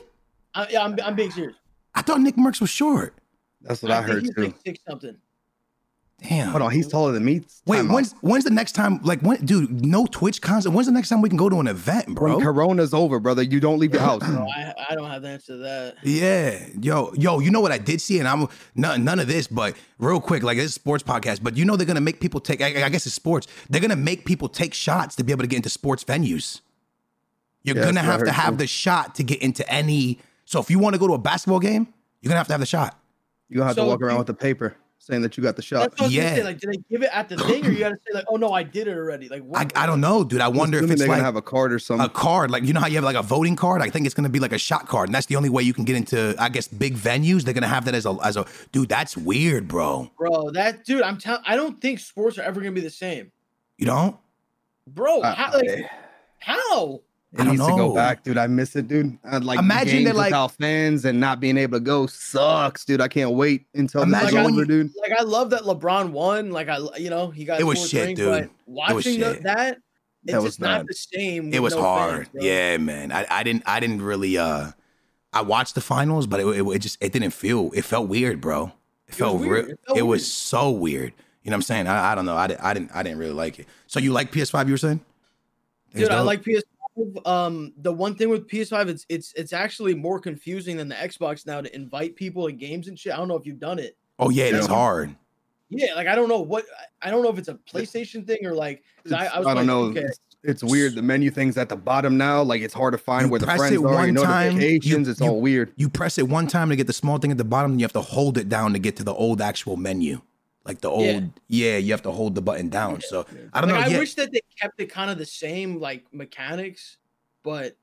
I, yeah, I'm, I'm being serious.
I thought Nick Merckx was short.
That's what I
think
heard
he's
too.
Like six something.
Damn.
Hold on, he's taller than me.
Wait,
Time out.
when's when's the next time? Like, when, dude, no Twitch concert. When's the next time we can go to an event, bro?
when Corona's over, brother? You don't leave your house.
Hmm.
No, I, I don't have the answer to that.
Uh, Yeah, yo, yo, you know what I did see, and I'm none, none of this, but real quick, like this is a sports podcast, but you know they're gonna make people take. I, I guess it's sports. They're gonna make people take shots to be able to get into sports venues. You're
Yeah,
gonna
that's what I
have to
heard,
have
too.
the shot to get into any. So if you want to go to a basketball game, you're gonna have to have the shot.
You gonna have
So
to walk around
you-
with the paper saying that you got the shot.
That's what I was gonna
yeah.
say. Like, do they give it at the thing, or you gotta say like, "Oh no, I did it already"? Like,
I,
what?
I don't know, dude. I wonder if
Assuming
it's
they're
like
gonna have a card or something.
a card, like you know how you have like a voting card. I think it's gonna be like a shot card, and that's the only way you can get into. I guess big venues. They're gonna have that as a as a dude. That's weird, bro.
bro. That dude, I'm telling. I don't think sports are ever gonna be the same,
You don't?
bro.
Uh,
how, like,
eh.
it
how?
I don't
needs to
know.
go back, dude. I miss it, dude. I'd like
Imagine
imagine
they're
games
like-
without fans and not being able to go sucks, dude. I can't wait until
Imagine
this is
when
over,
you-
dude.
Like, I love that LeBron won. Like, I, you know, he got
It was
fourth
shit,
ring,
dude.
but
It
Watching the-
shit.
that, it's
That was
just not
bad.
the same.
it
with
was
no fans,
hard
bro.
yeah man I, I didn't i didn't really uh i watched the finals but it, it, it just it didn't feel it felt weird bro it felt
weird.
real
It
it,
felt weird.
was so weird you know what i'm saying i, I don't know I, di- I didn't i didn't really like it so you like ps5 you were saying It was
dude. I
dope?
like PS5. Um, the one thing with PS5, it's it's it's actually more confusing than the Xbox now to invite people to games and shit. I don't know if you've done it.
oh yeah it's
Yeah.
hard
Yeah, like I don't know what I I don't know if it's a PlayStation thing or like 'cause I,
It's-
I was
I don't
playing
know.
2K.
It's, it's weird. The menu thing's at the bottom now. Like it's hard to find
You
where the
press
friends
it
are. Your
one time, you-
notifications. it's
you-
all weird.
you press it one time to get the small thing at the bottom and you have to hold it down to get to the old actual menu like the old
Yeah.
yeah, you have to hold the button down so i don't
Like, I
know yeah,
wish that they kept it kind of the same like mechanics, but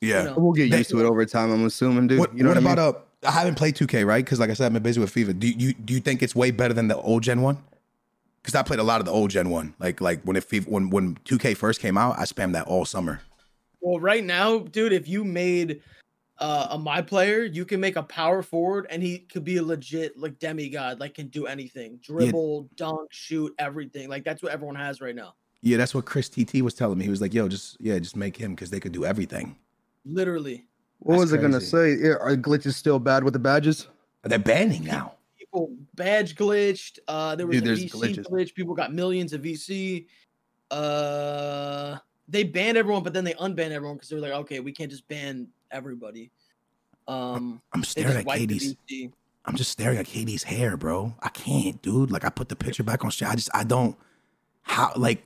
yeah.
you know,
We'll get
They-
used to it over time. I'm assuming, dude.
What,
you know
what,
what, I mean?
about uh? I haven't played 2K, right? Because like I said, I've been busy with FIFA. Do you do you think it's way better than the old gen one? Because I played a lot of the old gen one. Like like when it FIFA, when when 2K first came out, I spammed that all summer.
well, right now, dude, if you made uh, a my player, you can make a power forward, and he could be a legit like demigod, like can do anything, dribble, dunk, shoot, everything. Like that's what everyone has right now.
Yeah, that's what Chris TT was telling me. He was like, "Yo, just yeah, just make him because they could do everything."
Literally,
What
uh, That's
was I gonna say? Yeah, Are glitches still bad with the badges?
They're banning now.
people badge glitched. Uh, there was
Dude,
a
there's
VC
glitches.
glitch. People got millions of VC. Uh, they banned everyone, but then they unbanned everyone because they were like, okay, we can't just ban everybody. Um,
I'm
they
staring
just
at
wiped the
Katie's.
VC.
I'm just staring at Katie's hair, bro. I can't, dude. Like I put the picture back on. shit. I just I don't. How like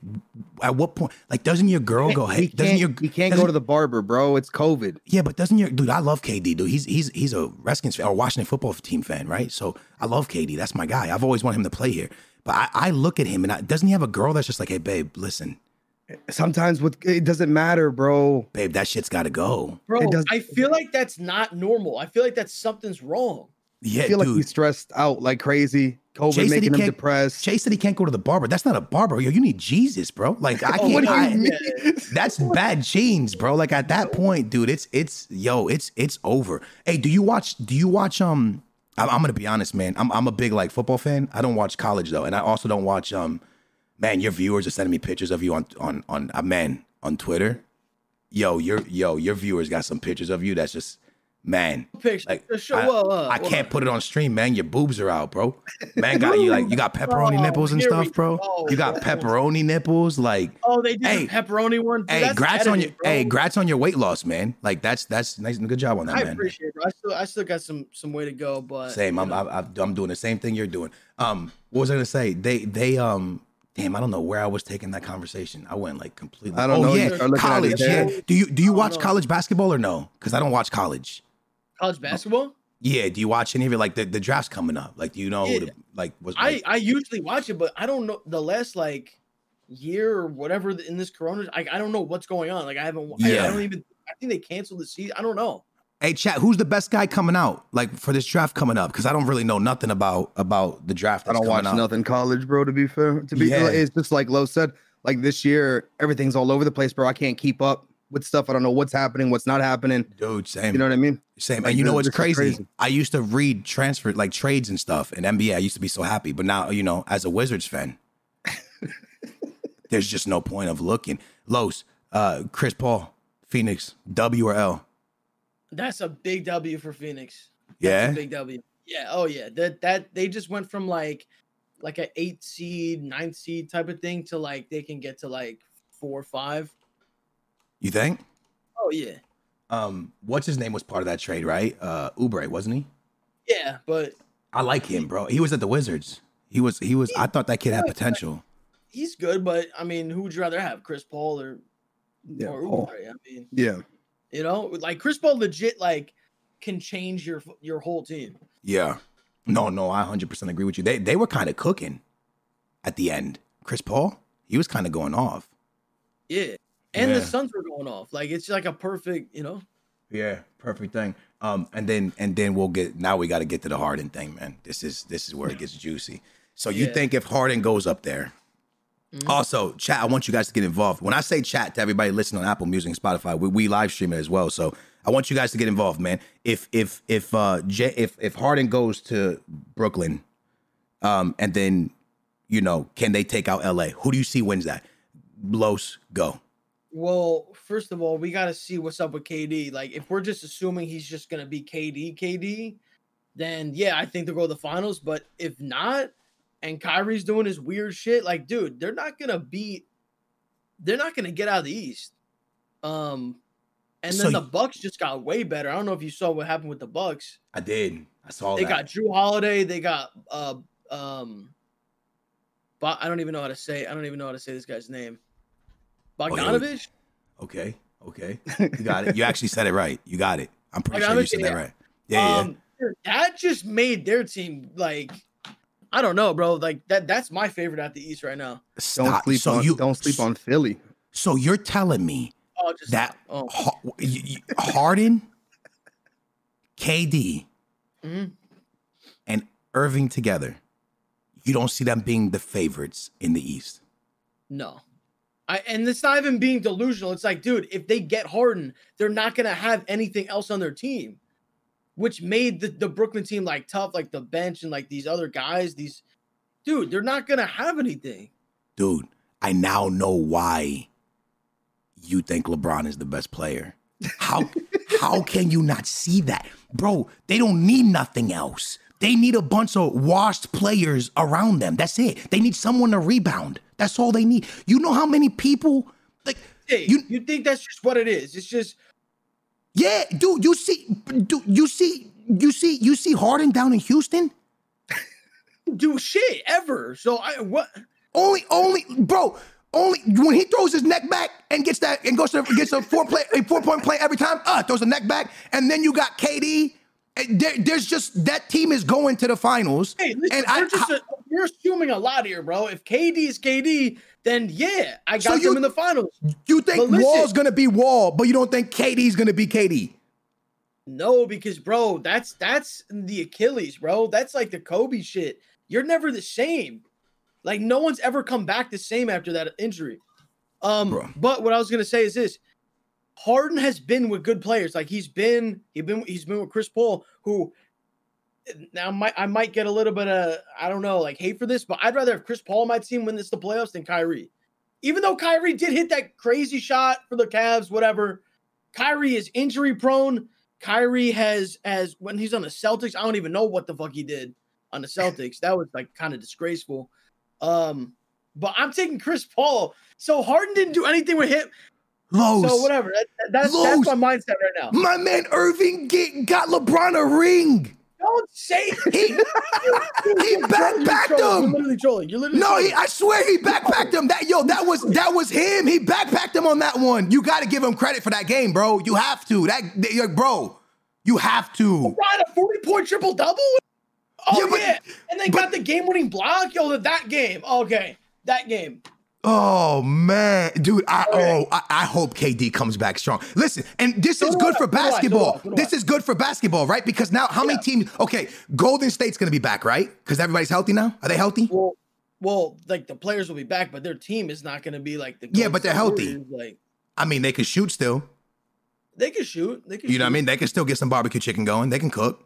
at what point? Like doesn't your girl go? Hey,
He
doesn't
can't,
your
he can't
doesn't-
go to the barber, bro. It's COVID.
Yeah, but doesn't your dude? I love KD, dude. He's he's he's a Redskins fan or Washington football team fan, right? So I love KD. That's my guy. I've always wanted him to play here. But I, I look at him and I, doesn't he have a girl that's just like, hey, babe, listen,
Sometimes with it doesn't matter, bro.
babe, that shit's got to go.
Bro,
does-
I feel like that's not normal. I feel like that's something's wrong.
Yeah,
I feel
dude.
like he's stressed out like crazy. COVID
Jay said he
making him
can't-
depressed.
Jay said he can't go to the barber. That's not a barber. Yo, you need Jesus, bro. Like I
Oh,
can't.
what do you
I-
mean?
That's bad genes, bro. Like at that point, dude, it's it's yo, it's it's over. Hey, do you watch? Do you watch? Um, I'm, I'm gonna be honest, man. I'm I'm a big like football fan. I don't watch college though, and I also don't watch. Um, man, your viewers are sending me pictures of you on on on uh, man on Twitter. Yo, your yo, your viewers got some pictures of you. That's just man.
Picture.
Like,
just show, uh,
I-
whoa, whoa,
I
whoa.
can't put it on stream, man. Your boobs are out, bro. Man, got you like you got pepperoni
Oh,
nipples and
here we
stuff, bro.
go.
You got pepperoni nipples, like.
Oh, they did
Hey,
the pepperoni one. Dude,
Hey,
that's
grats on your
editing, bro.
hey, grats on your weight loss, man. Like that's that's nice and good job on that,
I
man.
appreciate it. Bro. I still, I still got some, some way to go, but
Same.
you
I'm
know.
I, I- I'm doing the same thing you're doing. Um, what was I gonna say? They they um. Damn, I don't know where I was taking that conversation. I went like completely.
I don't
oh,
know. You
Yeah,
start looking at it
college. Yeah.
there.
Do you do you
don't
watch
know.
college basketball or no? Because I don't watch college.
college basketball.
Yeah. Do you watch any of it? Like the, the draft's coming up. Like do you know? who the-
Yeah.
like was
I
like,
I usually watch it, but I don't know the last like year or whatever th- in this Corona. I I don't know what's going on. Like I haven't. wa- I- I,
Yeah.
don't even. I think they canceled the season. I don't know.
hey chat, who's the best guy coming out? Like for this draft coming up? Because I don't really know nothing about about the draft.
I
That's
don't watch
coming up.
nothing college, bro. To be fair, to be
Yeah.
it's just like Lo said. Like this year, everything's all over the place, bro. I can't keep up with stuff. I don't know what's happening, what's not happening.
Dude, same.
You know what I mean?
Same.
Like,
and you know
this-
what's
this
crazy?
is crazy.
I used to read transfer like trades and stuff in NBA. I used to be so happy, but now you know, as a Wizards fan, there's just no point of looking. Los, uh, Chris Paul, Phoenix, W or L.
That's a big W for Phoenix. That's a
Yeah,
big W. Yeah. Oh yeah. That that they just went from like like an eight seed, ninth seed type of thing to like they can get to like four or five.
You think?
Oh yeah,
Um, what's his name was part of that trade, right? Uh, Ubre, wasn't he?
yeah, but
I like him, bro. He was at the Wizards. He was. He was. I thought that kid had potential.
he's good. But I mean, who would you rather have, Chris Paul or
Yeah,
or
Paul.
Oubre? I mean,
Yeah.
you know, like Chris Paul legit like can change your your whole team.
Yeah. No, no, I 100% agree with you. They they were kind of cooking at the end. Chris Paul, he was kind of going off.
Yeah, and the
Yeah.
Suns were going off. Like it's like a perfect, you know.
Yeah, perfect thing. Um, and then and then we'll get now we got to get to the Harden thing, man. This is this is where it gets juicy. So you
Yeah. Mm-hmm.
think if Harden goes up there? Also, chat, I want you guys to get involved. When I say chat to everybody listening on Apple Music and Spotify, we, we live stream it as well. So I want you guys to get involved, man. If if if uh J, if if Harden goes to Brooklyn, um, and then you know, can they take out LA? Who do you see wins that? Los go.
Well, first of all, we got to see what's up with KD. Like, if we're just assuming he's just going to be KD, KD, then yeah, I think they'll go to the finals. But if not, and Kyrie's doing his weird shit, like, dude, they're not going to beat, they're not going to get out of the East. Um, and
So
then
y-
the Bucks just got way better. I don't know if you saw what happened with the Bucks.
I did. I saw
They got Drew Holiday. They got uh um, but I don't even know how to say. I don't even know how to say this guy's name.
we-
Bogdanovich.
Okay. Okay. You got it. You actually said it right. You got it. I'm pretty
Like,
sure
I'm
you said that
looking at-
right. Yeah. yeah.
Um, dude, that just made their team like, I don't know, bro. Like that. That's my favorite at the East right now.
Don't
Stop.
sleep on don't sleep on Philly.
So you're telling me
Oh, just
that
Oh,
Ha- y- y- Harden, KD,
Mhm.
and Irving together, you don't see them being the favorites in the East.
no. I, and it's not even being delusional. It's like, dude, if they get Harden, they're not gonna have anything else on their team, which made the, the Brooklyn team like tough, like the bench and like these other guys. These, dude, they're not gonna have anything.
Dude, I now know why you think LeBron is the best player. How how can you not see that? Bro, they don't need nothing else. They need a bunch of washed players around them. That's it. They need someone to rebound. That's all they need. You know how many people like
Hey,
You-
you, you think that's just what it is? It's just
yeah, dude, you see dude, you see you see you see Harden down in Houston?
do shit ever. So I what
Only, only, bro. Only when he throws his neck back and gets that and goes to gets a four play a four point play every time. Uh, throws a neck back, and then you got KD. And there- there's just that team is going to the finals.
Hey, listen,
and
we're, just a, we're assuming a lot here, bro. If KD is KD, then yeah, I got
So you-
them in the finals.
you think
but listen-
Wall's gonna be Wall, but you don't think KD's gonna be KD.
No, because bro, that's that's the Achilles, bro. That's like the Kobe shit. You're never the same. Like no one's ever come back the same after that injury. Um,
Bro.
but what I was gonna say is this: Harden has been with good players. Like he's been, he's been, he's been with Chris Paul, who now might I might get a little bit of I don't know, like hate for this, but I'd rather have Chris Paul on my team win this the playoffs than Kyrie. Even though Kyrie did hit that crazy shot for the Cavs, whatever. Kyrie is injury prone. Kyrie has as when he's on the Celtics, I don't even know what the fuck he did on the Celtics. That was like kind of disgraceful. Um, but I'm taking Chris Paul. So Harden didn't do anything with him.
Lowe's,
So whatever. That, that- that's that's my mindset right now.
my man Irving get, got LeBron a ring.
Don't say
He he backpacked
You're trolling. You're
him.
literally trolling. You're literally
No,
trolling.
he, I swear he backpacked him. That yo, that was that was him. He backpacked him on that one. You got to give him credit for that game, bro. You have to. That you're- bro, you have to.
got a 40 point triple double? Oh,
Yeah,
yeah.
but-
And then got the game winning block? Yo, that- that game. Okay. That game.
Oh man, dude. I oh I, I hope KD comes back strong. Listen, and this is
do
good
I,
for
so do I, so do
basketball.
I, so do
This
I.
is good for basketball, right? Because now how many teams? Okay, Golden State's gonna be back, right? Because everybody's healthy now. Are they healthy?
Well, well, like the players will be back, but their team is not going to be like the
Yeah,
Golden
but they're
State
healthy.
Warriors. Like
I mean, they can shoot still.
they can shoot. They can.
You know what I
shoot.
mean? They can still get some barbecue chicken going. They can cook.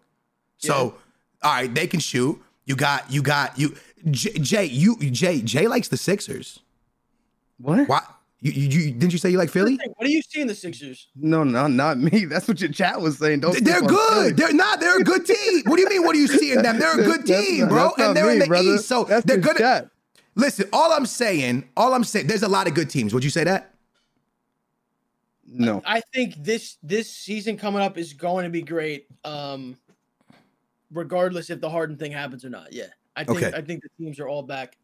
So, all right, they can shoot. You got, you got, you J, Jay. You Jay. Jay likes the Sixers.
What?
Why? You, you, you didn't you say you like Philly?
What do you see in the Sixers?
No, no, not me. That's what your chat was saying. Don't.
They're
sleep on Philly.
good. They're not. They're a good team. What do you mean? What do you see in them? They're a good
That's
team,
not-
bro.
that's not
And they're in
me,
the
brother.
East, so
That's
they're
your
gonna
chat.
listen. All I'm saying, all I'm saying, there's a lot of good teams. Would you say that?
No.
I think this this season coming up is going to be great. Um, regardless if the Harden thing happens or not. Yeah, I think
Okay.
I think the teams are all back.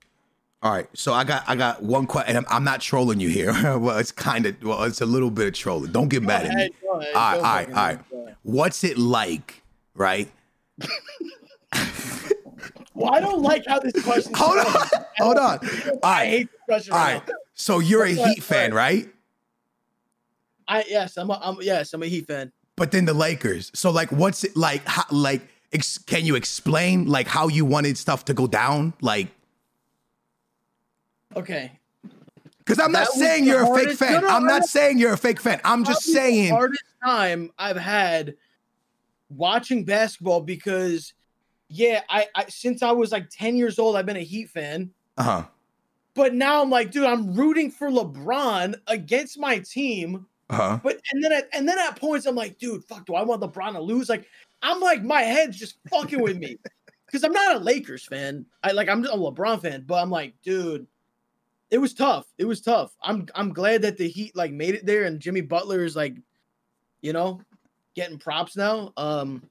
All right, so I got I got one question. I'm, I'm not trolling you here. well, it's kind of well, it's a little bit of trolling. Don't get mad at me.
Go ahead, go
All right,
ahead,
all right,
go ahead,
all
go
right.
ahead.
What's it like, right?
Well, I don't like how this question.
Hold on, hold on. All
I
right,
hate the question
all
right,
right.
now.
So you're a
What's that
Heat fan,
like?
right?
I yes, I'm, a, I'm yes, I'm a Heat fan.
But then the Lakers. So like, what's it like? How, like, ex- can you explain like how you wanted stuff to go down? Like,
Okay,
because I'm not
That was
saying
the
you're a fake
hardest-
fan.
No, no,
I'm
I
not
know.
saying you're a fake fan. I'm just
probably the
saying.
hardest time I've had watching basketball because yeah, I, I since I was like 10 years old, I've been a Heat fan.
Uh huh.
But now I'm like, dude, I'm rooting for LeBron against my team.
Uh huh.
But and then at and then at points I'm like, dude, fuck, do I want LeBron to lose? Like, I'm like, my head's just fucking with me. Cause I'm not a Lakers fan. I like I'm just a LeBron fan, but I'm like, dude, it was tough. It was tough. I'm I'm glad that the Heat like made it there and Jimmy Butler is like, you know, getting props now. Um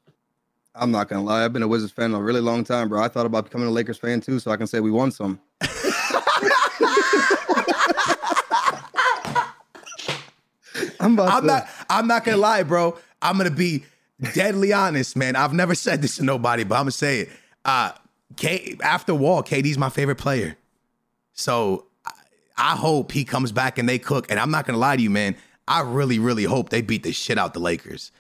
I'm not gonna lie. I've been a Wizards fan a really long time, bro. I thought about becoming a Lakers fan too, so I can say we won some. I'm about
I'm
to.
not. I'm not gonna lie, bro. I'm gonna be deadly honest, man. I've never said this to nobody, but I'm gonna say it. Uh, K after Wall, KD's my favorite player. So I, I hope he comes back and they cook. And I'm not gonna lie to you, man. I really, really hope they beat the shit out the Lakers.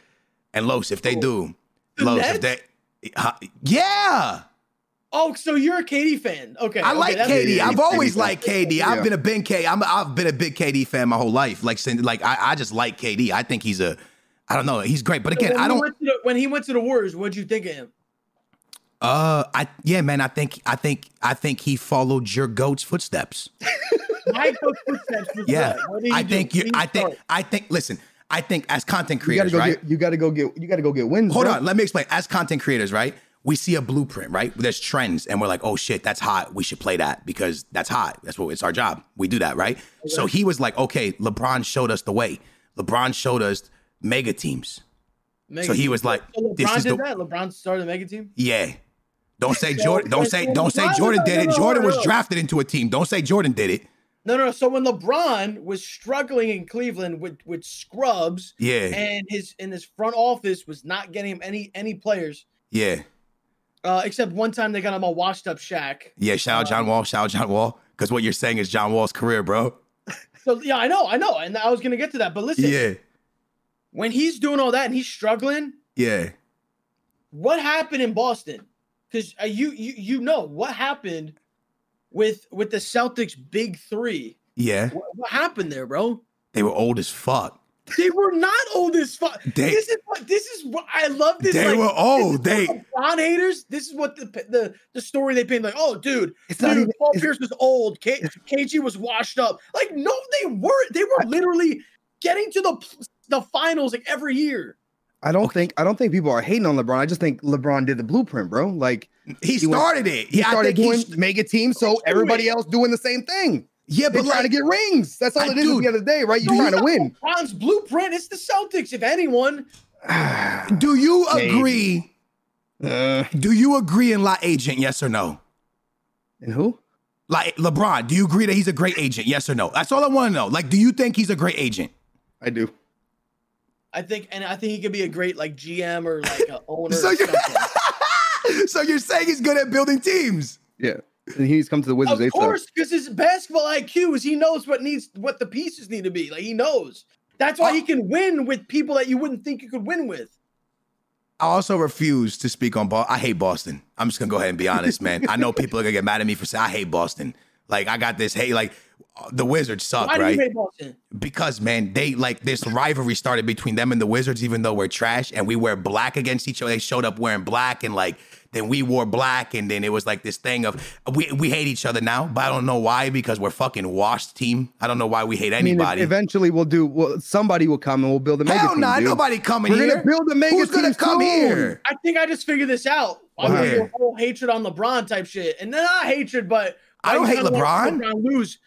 And Los, if they do, Los, if they, uh, yeah.
oh, so you're a KD fan. Okay.
I
okay,
like
that's-
KD.
yeah,
I've
he's
always
KD.
liked KD. I've
Yeah.
been a big K. I'm a, I've been a big KD fan my whole life. Like since like I, I just like KD. I think he's a I don't know. He's great, but again,
when
I
he
don't.
went to the- when he went to the Warriors, what'd you think of him?
Uh, I yeah, man. I think I think I think he followed your goat's footsteps.
Mike Buck's footsteps was
Yeah,
what? What did he
I
do?
think you.
Did he
I think
start?
I think. Listen, I think as content
you gotta
creators,
go
right?
get. You gotta go get. You gotta go get wins.
Hold
bro.
on, let me explain. As content creators, right? We see a blueprint, right? There's trends, and we're like, oh shit, that's hot. We should play that because that's hot. That's what it's our job. We do that, right? So he was like, okay, LeBron showed us the way. LeBron showed us mega teams.
Mega
So he
team.
was like,
So LeBron
this is
did
the-
that. LeBron started a mega team.
Yeah. Don't say Jordan. Don't say.
so
Don't say
LeBron-
Jordan
no,
did
no,
it.
no,
Jordan
no,
was
no.
drafted into a team. Don't say Jordan did it.
No, no. no. So when LeBron was struggling in Cleveland with with scrubs,
Yeah.
and his and his front office was not getting him any any players,
Yeah.
uh, except one time they got him a washed up Shack.
Yeah. Shout out John Wall. Shout out John Wall. Because what you're saying is John Wall's career, bro.
So yeah, I know, I know, and I was gonna get to that. But listen,
Yeah.
when he's doing all that and he's struggling,
Yeah.
what happened in Boston? Because uh, you you you know what happened with with the Celtics big three.
Yeah.
What, what happened there, bro?
They were old as fuck.
They were not old as fuck.
They-
this is what this is what I love. This
they
like,
were
oh,
old.
this
They
is what LeBron haters. This is what the the, the story they paint. Like, oh, dude,
It's
dude,
not even-
Paul
it's-
Pierce was old. K, KG was washed up. Like, no, they weren't. They were literally getting to the pl- the finals like every year.
I don't think. I don't think people are hating on LeBron. I just think LeBron did the blueprint, bro. Like
he
went-
started it.
he
Yeah, I
started
think he
doing
st-
mega teams, so everybody else doing the same thing.
yeah,
They're
but
trying to
like,
get rings. That's all
I-
it is. at
dude,
the end of the day, right? You're
do
trying to
you-
win.
LeBron's blueprint. It's the Celtics. If anyone,
do you
Maybe.
agree?
Uh,
Do you agree in La Agent? Yes or no?
and who?
Like LeBron, do you agree that he's a great agent? Yes or no? That's all I want to know. Like, do you think he's a great agent?
I do.
I think, and I think he could be a great like GM or like a owner.
So
or
you're,
something.
so you're saying he's good at building teams?
Yeah. And he needs to come to the Wizards.
Of
ASAP.
course, because his basketball IQ is he knows what needs what the pieces need to be. Like he knows. That's
Oh.
why he can win with people that you wouldn't think you could win with.
I also refuse to speak on Boston. I hate Boston. I'm just gonna go ahead and be honest, man. I know people are gonna get mad at me for saying I hate Boston. Like I got this hate. Like the Wizards suck,
Why do
right?
you hate Boston?
because man, they like this rivalry started between them and the Wizards, even though we're trash and we wear black against each other. They showed up wearing black and like then we wore black, and then it was like this thing of we we hate each other now, but I don't know why because we're fucking washed team. I don't know why we hate
I mean,
anybody.
ev- eventually we'll do. Well, somebody will come and we'll build a mega
Hell
team.
nah,
dude.
nobody coming
We're
here.
gonna build a mega
Who's gonna
team
come
soon.
here?
I think I just figured this out. I'm
Why?
gonna do a whole hatred on LeBron type shit, and not hatred, but
I don't hate
wanna
LeBron.
LeBron lose,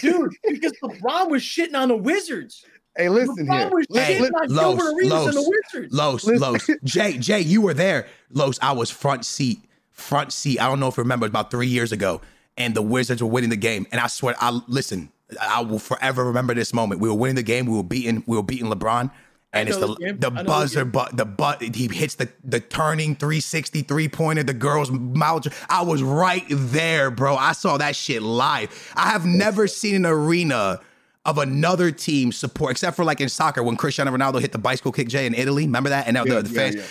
dude, because LeBron was shitting on the Wizards.
Hey, listen
LeBron
here.
was
Let-
Hey,
shitting
let-
on
Los,
Gilbert Arenas
Los,
and the Wizards.
Los,
Listen-
Los, Jay, Jay, you were there. Los, I was front seat, front seat. I don't know if you remember, about three years ago, and the Wizards were winning the game. And I swear, I listen, I will forever remember this moment. We were winning the game. We were beating, we were beating LeBron, and it's the
know this game.
the
I know this
buzzer,
game.
but the but he hits the the turning 360 three pointer. The girl's mouth. I was right there, bro. I saw that shit live. I have never seen an arena of another team support, except for like in soccer when Cristiano Ronaldo hit the bicycle kick Jay in Italy. Remember that? And now the, the
yeah,
fans,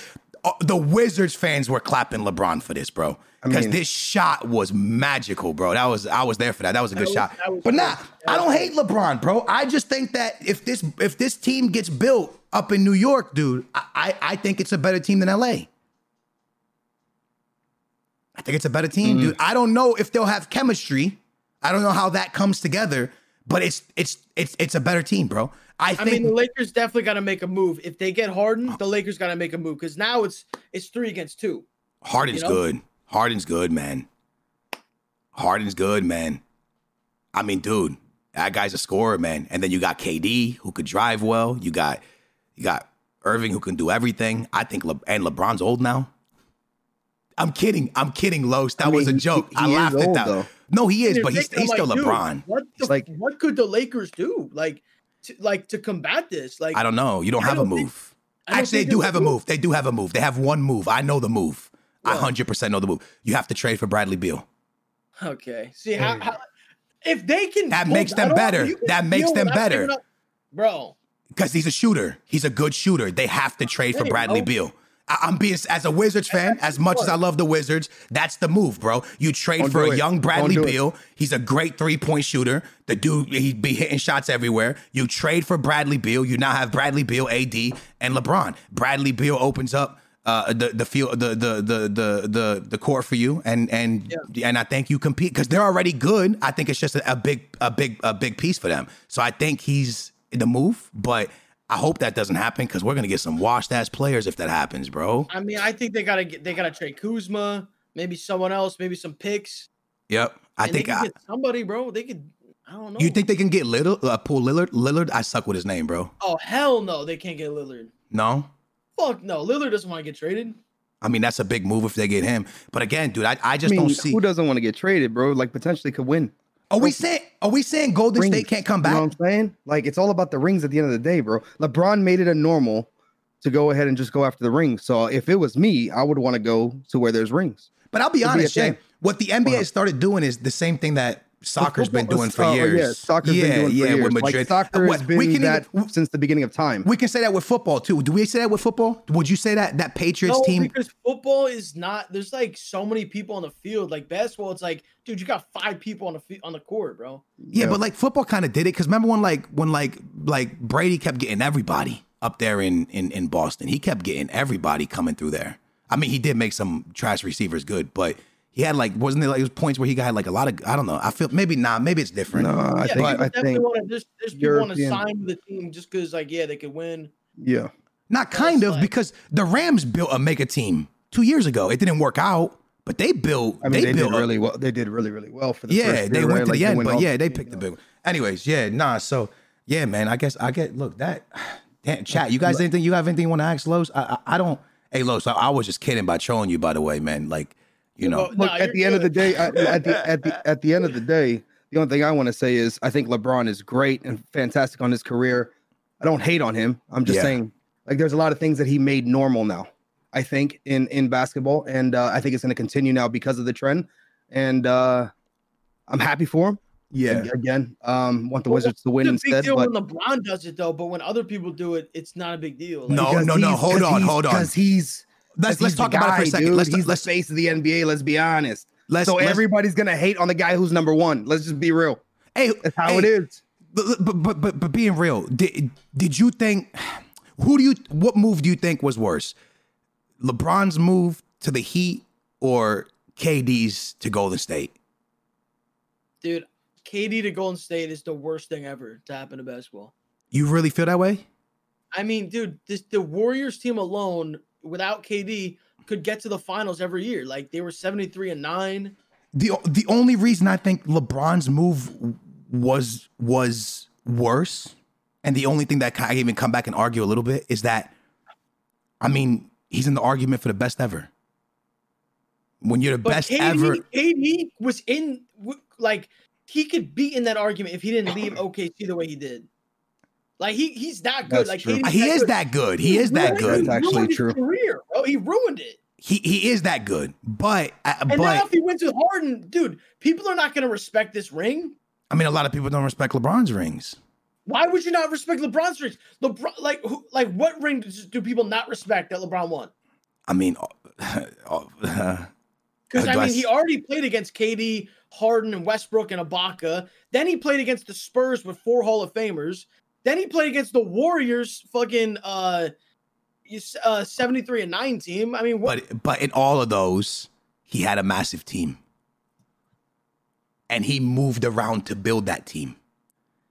uh, the Wizards fans were clapping LeBron for this, bro, because
mean-
this shot was magical, bro. That was I was there for that. That was a good
was-
shot.
that was
But
great.
nah, I don't hate LeBron, bro. I just think that if this if this team gets built up in New York, dude, I I, I think it's a better team than LA. I think it's a better team, dude. I don't know if they'll have chemistry. I don't know how that comes together, but it's it's it's it's a better team, bro. I
I
think Oh.
mean, the Lakers definitely got to make a move. If they get Harden, the Lakers got to make a move because now it's it's three against two.
Harden's
you know?
good. Harden's good, man. Harden's good, man. I mean, dude, that guy's a scorer, man. And then you got KD who could drive well. You got you got Irving who can do everything. I think Le- and LeBron's old now. I'm kidding. I'm kidding, Los. That
I mean,
was a
he-
joke.
he
I
is
laughed at
old,
that.
though.
No, he is,
And
but
they're
he's,
thinking,
he's
like,
still
dude,
LeBron.
What the,
He's like-
what could the Lakers do? Like, to, like to combat this? Like,
I don't know. You don't
I
have a
don't think-
move.
I don't
Actually,
think
they do
there's
have a move. They do have a move. They have one move. I know the move. I hundred percent know the move. You have to trade for Bradley Beal.
Okay. See how, how if they can
That
hold
makes them
off,
better.
you can
That makes
deal
them
without
better.
giving up- Bro,
because he's a shooter. He's a good shooter. They have to trade for
Hey,
Bradley
bro.
Beal. I- I'm being as a Wizards fan, as much as I love the Wizards, that's the move, bro. You trade
Don't
for
do
a
it.
young Bradley
Don't do it.
Beal. He's a great three point shooter. The dude, he'd be hitting shots everywhere. You trade for Bradley Beal. You now have Bradley Beal, AD, and LeBron. Bradley Beal opens up. Uh, the the field the the the the the the court for you and and and I think you compete because they're already good. I think it's just a, a big a big a big piece for them. So I think he's the move, but I hope that doesn't happen because we're gonna get some washed ass players if that happens, bro.
I mean, I think they gotta get they gotta trade Kuzma, maybe someone else, maybe some picks.
Yep, I
and they
think
can
I,
get somebody, bro. They could I don't know.
you think they can get Lillard, uh, pull Lillard. Lillard, I suck with his name, bro.
Oh hell no, they can't get Lillard.
No,
Fuck no. Lillard doesn't want to get traded.
I mean that's a big move if they get him. But again, dude, I, I
I
just
mean,
don't see.
who doesn't want to get traded, bro? Like potentially could win.
are we saying are we saying Golden
Rings,
State can't come
You
back?
know what I'm saying? Like it's all about the rings at the end of the day, bro. LeBron made it a normal to go ahead and just go after the rings. So if it was me, I would want to go to where there's rings.
But I'll be
It'd be
honest,
a shame.
Jay. What the NBA started doing is the same thing that soccer's been doing for
Oh,
years.
Yeah, soccer's
yeah,
been doing for
yeah,
years.
with
Like,
Madrid.
soccer
What-
has been
we can
that
even,
since the beginning of time.
we can say that with football too. Do we say that with football? Would you say that that Patriots
no,
team?
because football is not there's like so many people on the field. Like basketball, it's like, dude, you got five people on the fe- on the court, bro.
Yeah, but like football kind of did it because remember when like when like like Brady kept getting everybody up there in in in Boston. He kept getting everybody coming through there. I mean, he did make some trash receivers good, but he had like wasn't there like it was points where he got like a lot of I don't know. I feel maybe nah, maybe it's different.
no, I
yeah,
think
people
I
definitely
think
wanna, there's, there's people want to
European-
sign with the team just because like yeah, they could win.
yeah.
Not kind of
like-
because the Rams built a mega team two years ago. It didn't work out, but they built.
I mean, they,
built
did
a-
really well. They did really really well for the
yeah,
first
they
year,
went
right?
to
Like,
the end,
went
but
all-
yeah, they picked the big one. Anyways, yeah, nah. So yeah, man. I guess I get. Look, that damn chat. You guys, anything you have anything you want to ask Los? I, I I don't. Hey Los, I, I was just kidding by trolling you. By the way, man. Like you know,
Well,
look
Nah,
at the
you're
end of the
good.
day I, at the at the at the end of the day the only thing i want to say is i think lebron is great and fantastic on his career i don't hate on him i'm just
Yeah.
saying like there's a lot of things that he made normal now i think in in basketball and uh, i think it's going to continue now because of the trend and uh i'm happy for him
yeah.
Ag- again um want the
Well,
wizards to win
it's a big
instead
deal
but
when LeBron does it though, but when other people do it, it's not a big deal.
No,
because
no, no,
he's-
hold
'cause
on,
he's-
hold on.
'cause he's
Let's
'cause
let's
he's the
talk about it for a
guy,
second.
dude.
Let's
he's
let's
the face of the nba let's be honest
let's
so
let's-
everybody's gonna hate on the guy who's number one. Let's just be real.
Hey,
That's how
hey,
it is.
But, but but but but being real, did did you think? Who do you? What move do you think was worse? LeBron's move to the Heat or KD's to Golden State?
dude. KD to Golden State is the worst thing ever to happen to basketball.
You really feel that way?
I mean, dude, this the Warriors team alone without KD could get to the finals every year. Like they were 73 and 9.
the The only reason I think LeBron's move was was worse, and the only thing that I can even come back and argue a little bit is that, I mean, he's in the argument for the best ever. When you're the
But
best
KD,
ever,
KD was in w- like he could be in that argument if he didn't leave OKC the way he did. Like he he's that good.
That's
like
true.
KD 's
he is
good.
that good. He is that
ruined-
good.
That's
he
actually
ruined his
true.
Career, bro. He ruined it.
He he is that good. But uh,
And now
but
if he went to Harden, dude, people are not going to respect this ring.
I mean, a lot of people don't respect LeBron's rings.
Why would you not respect LeBron's rings? LeBron, like, who, like, what ring does- do people not respect that LeBron won?
I mean, uh, uh,
Because
Uh,
I
do I
mean,
s-
he already played against KD, Harden, and Westbrook and Ibaka. Then he played against the Spurs with four Hall of Famers. Then he played against the Warriors, fucking uh, you s- uh, seventy-three and nine team. I mean, what?
but but in all of those, he had a massive team, and he moved around to build that team.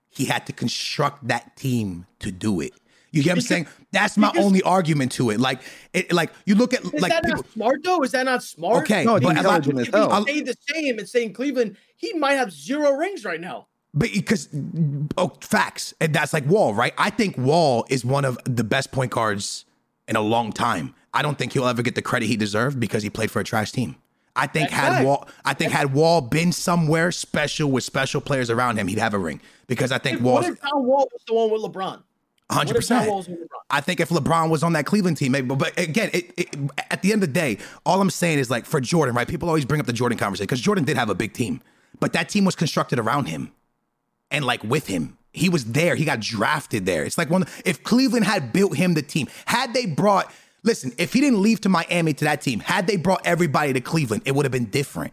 He had to construct that team to do it. You get what I'm
Because-
saying? That's my
because-
only argument to it. Like, it, like you look at
Is
like
that
people.
not smart though? Is that not smart?
Okay, um
No, it's
but a lot-
intelligent as
If
hell.
he stayed the same and stayed in Cleveland, he might have zero rings right now.
But because oh, facts, and that's like Wall, right? I think Wall is one of the best point guards in a long time. I don't think he'll ever get the credit he deserved because he played for a trash team. I think
That's
had
right.
Wall, I think had Wall been somewhere special with special players around him, he'd have a ring because I think
What
Wall's
if John Wall was the one with LeBron?
hundred
What if John
percent.
Wall was with LeBron?
I think if LeBron was on that Cleveland team, maybe. But, but again, it, it, at the end of the day, all I'm saying is like for Jordan, right? People always bring up the Jordan conversation because Jordan did have a big team, but that team was constructed around him and like with him. He was there. He got drafted there. It's like one. If Cleveland had built him the team, had they brought, listen, if he didn't leave to Miami to that team, had they brought everybody to Cleveland, it would have been different.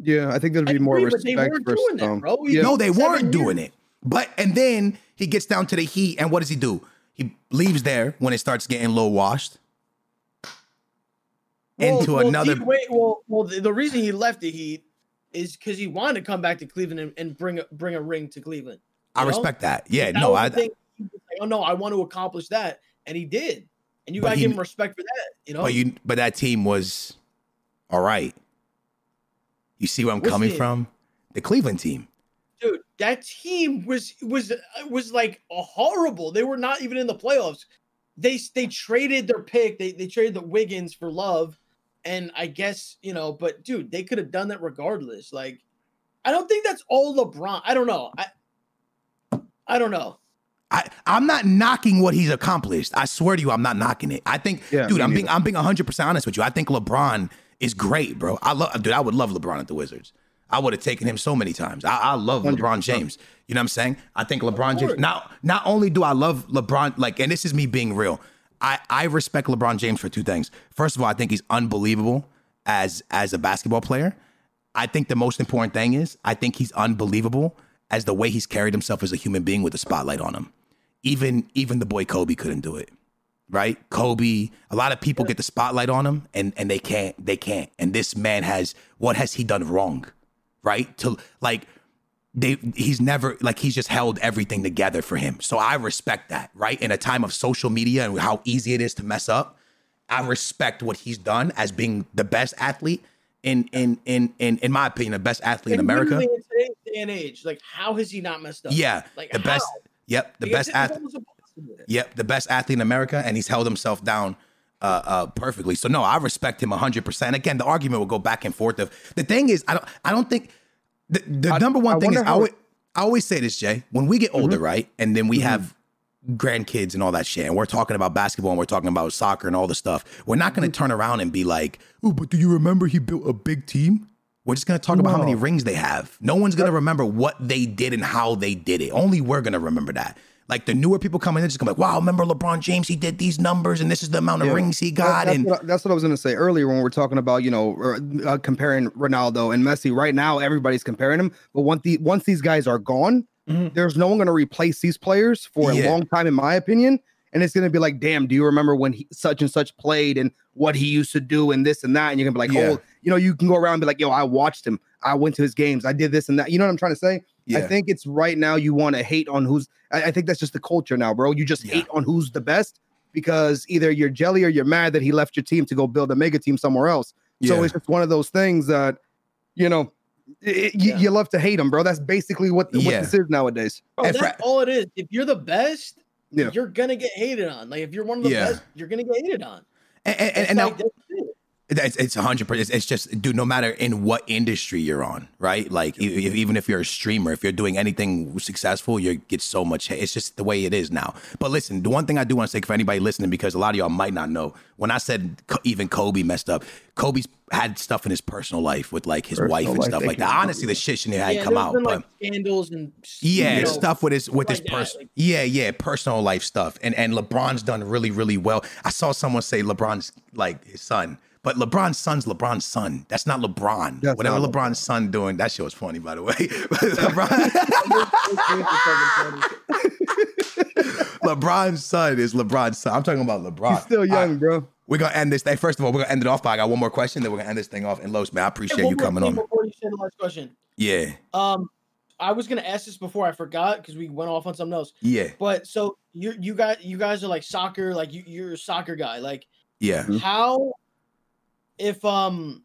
Yeah, I think there'd be more
agree, but they
respect
weren't
for
doing that,
some.
bro.
Yeah.
No, they
Seven
weren't doing it. But and then he gets down to the Heat, and what does he do? He leaves there when it starts getting low washed. Into another-
D Wade- well, well, the, the reason he left the Heat is because he wanted to come back to Cleveland and, and bring a, bring a ring to Cleveland.
I
you know?
respect that. Yeah,
That
no,
was
I
the thing. He was like, oh no, I want to accomplish that, and he did. And you
But
gotta
he-
give him respect for that. You know,
but you but that team was all right. You see where I'm
Which
coming
team?
from? The Cleveland team.
dude, that team was was was like horrible. They were not even in the playoffs. They they traded their pick. They they traded the Wiggins for Love, and I guess you know. But dude, they could have done that regardless. Like, I don't think that's all LeBron. I don't know. I I don't know.
I, I'm not knocking what he's accomplished. I swear to you, I'm not knocking it. I think,
Yeah,
dude,
me
I'm being I'm being 100 percent honest with you. I think LeBron is great, bro. I love, dude. I would love LeBron at the Wizards. I would have taken him so many times. I, I love LeBron James. You know what I'm saying? I think LeBron James.
course.
Now, not only do I love LeBron, like, and this is me being real. I I respect LeBron James for two things. First of all, I think he's unbelievable as as a basketball player. I think the most important thing is I think he's unbelievable as the way he's carried himself as a human being with the spotlight on him even even the boy Kobe couldn't do it. Right? Kobe, a lot of people get the spotlight on him and and they can't they can't. And this man has what has he done wrong? Right? To like they he's never like he's just held everything together for him. So I respect that, right? In a time of social media and how easy it is to mess up, I respect what he's done as being the best athlete in in in in in my opinion, the best athlete in
And
America.
literally in today's day and age, like how has he not messed up?
Yeah.
like
The best
how?
Yep, the
Like,
best
it's- it's
athlete.
almost impossible.
Yep, the best athlete in America, and he's held himself down uh, uh, perfectly. So no, I respect him hundred percent. Again, the argument will go back and forth. Of the thing is, I don't, I don't think the, the number one
I
thing is
wonder
I
how- Mm-hmm.
always, I always say this, Jay. When we get older, right, and then we have grandkids and all that shit, and we're talking about basketball and we're talking about soccer and all the stuff. We're not going to turn around and be like, "Oh, but do you remember he built a big team?" We're just going to talk about how many
No.
rings they have. No one's going to remember what they did and how they did it. Only we're going to remember that. Like the newer people coming in, just come like, wow, remember LeBron James? He did these numbers, and this is the amount of
Yeah.
rings he
That-
got.
That's,
and
what I, that's what I was going to say earlier when we we're talking about you know r- uh, comparing Ronaldo and Messi. Right now, everybody's comparing them, but once the once these guys are gone,
Mhm.
there's no one going to replace these players for
Yeah.
a long time, in my opinion. And it's going to be like, damn, do you remember when he, such and such played and what he used to do and this and that? And you're gonna be like,
Yeah.
oh, you know, you can go around and be like, yo, I watched him, I went to his games, I did this and that. You know what I'm trying to say?
yeah,
I think it's right now you want to hate on who's. I, I think that's just the culture now, bro. You just
Yeah.
hate on who's the best because either you're jelly or you're mad that he left your team to go build a mega team somewhere else.
yeah.
So it's just one of those things that, you know, it, you-
Yeah.
you love to hate him, bro. That's basically what, what
Yeah.
this is nowadays.
Bro,
And
that's all it is. If you're the best,
Yeah.
you're gonna get hated on. Like if you're one of the
Yeah.
best, you're gonna get hated on.
and, and, and,
It's
and now
like, that's it.
It's it's a hundred percent. It's just, dude. No matter in what industry you're on, right? Like, e- e- even if you're a streamer, if you're doing anything successful, you get so much. hate. It's just the way it is now. But listen, the one thing I do want to say for anybody listening, because a lot of y'all might not know, when I said Ko- even Kobe messed up, Kobe's had stuff in his personal life with like his wife and
life,
stuff
they
like that. Honestly, the shit shouldn't have
Yeah,
had come
there's
out.
been,
but
like, scandals and
yeah,
you know,
stuff with his with his
like that,
person.
like-
yeah, yeah, personal life stuff. And and LeBron's done really really well. I saw someone say LeBron's like his son, but LeBron's son's LeBron's son. That's not LeBron.
That's
Whatever
not
LeBron's son doing, that shit was funny by the way. But LeBron, LeBron's son is LeBron's son. I'm talking about LeBron.
He's still
All
young,
right,
bro.
we're gonna end this thing. First of all, we're gonna end it off by I got one more question, then we're gonna end this thing off. And Los, man, I
Hey,
appreciate
one
you
more
coming
thing
on.
Before you say the last question,
Yeah,
um, I was gonna ask this before I forgot because we went off on something else.
yeah,
But so you you guys you guys are like soccer, like you you're a soccer guy. Like
yeah.
how if um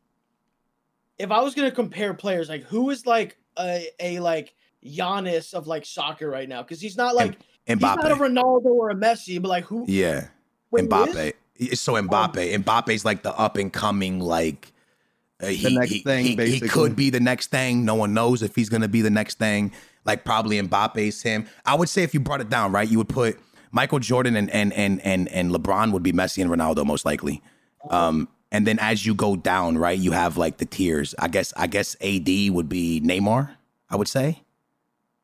if I was gonna compare players, like who is like a a like Giannis of like soccer right now? Because he's not like
And
he's not a
Mbappe.
Ronaldo or a Messi, but like who
Yeah.
when he is,
Mbappe. It's
Oh.
so Mbappe. Mbappe's like the up and coming, like uh, he,
next
he-
thing,
he- he
basically.
could be the next thing. No one knows if he's gonna be the next thing. Like probably Mbappe's him. I would say if you brought it down, right, you would put Michael Jordan and and and and and LeBron would be Messi and Ronaldo most likely. Um, and then as you go down, right, you have like the tiers. I guess I guess AD would be Neymar. I would say,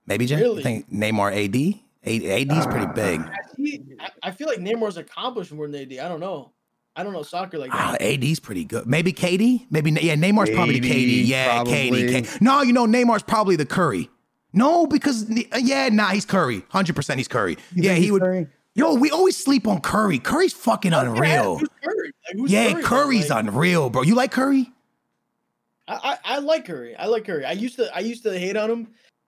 maybe Jay.
Really?
I think Neymar AD. A- AD is pretty big.
I see- I, I feel like Neymar's accomplished more than AD. I don't know. I don't know soccer like
Ah,
that.
AD's pretty good. Maybe Katie. Maybe yeah. Neymar's probably the Katie.
Katie,
Yeah, Katie.
probably.
Ka- No, you know Neymar's probably the Curry. No, because uh, yeah, nah, he's Curry. Hundred percent, he's Curry. yeah, he would. Yo, we always sleep on Curry. Curry's fucking unreal.
Who's Curry? Like, who's
Yeah,
Curry, man?
Curry's
Like,
unreal, bro. You like Curry?
I, I, I like Curry. I like Curry. I used to I used to hate on him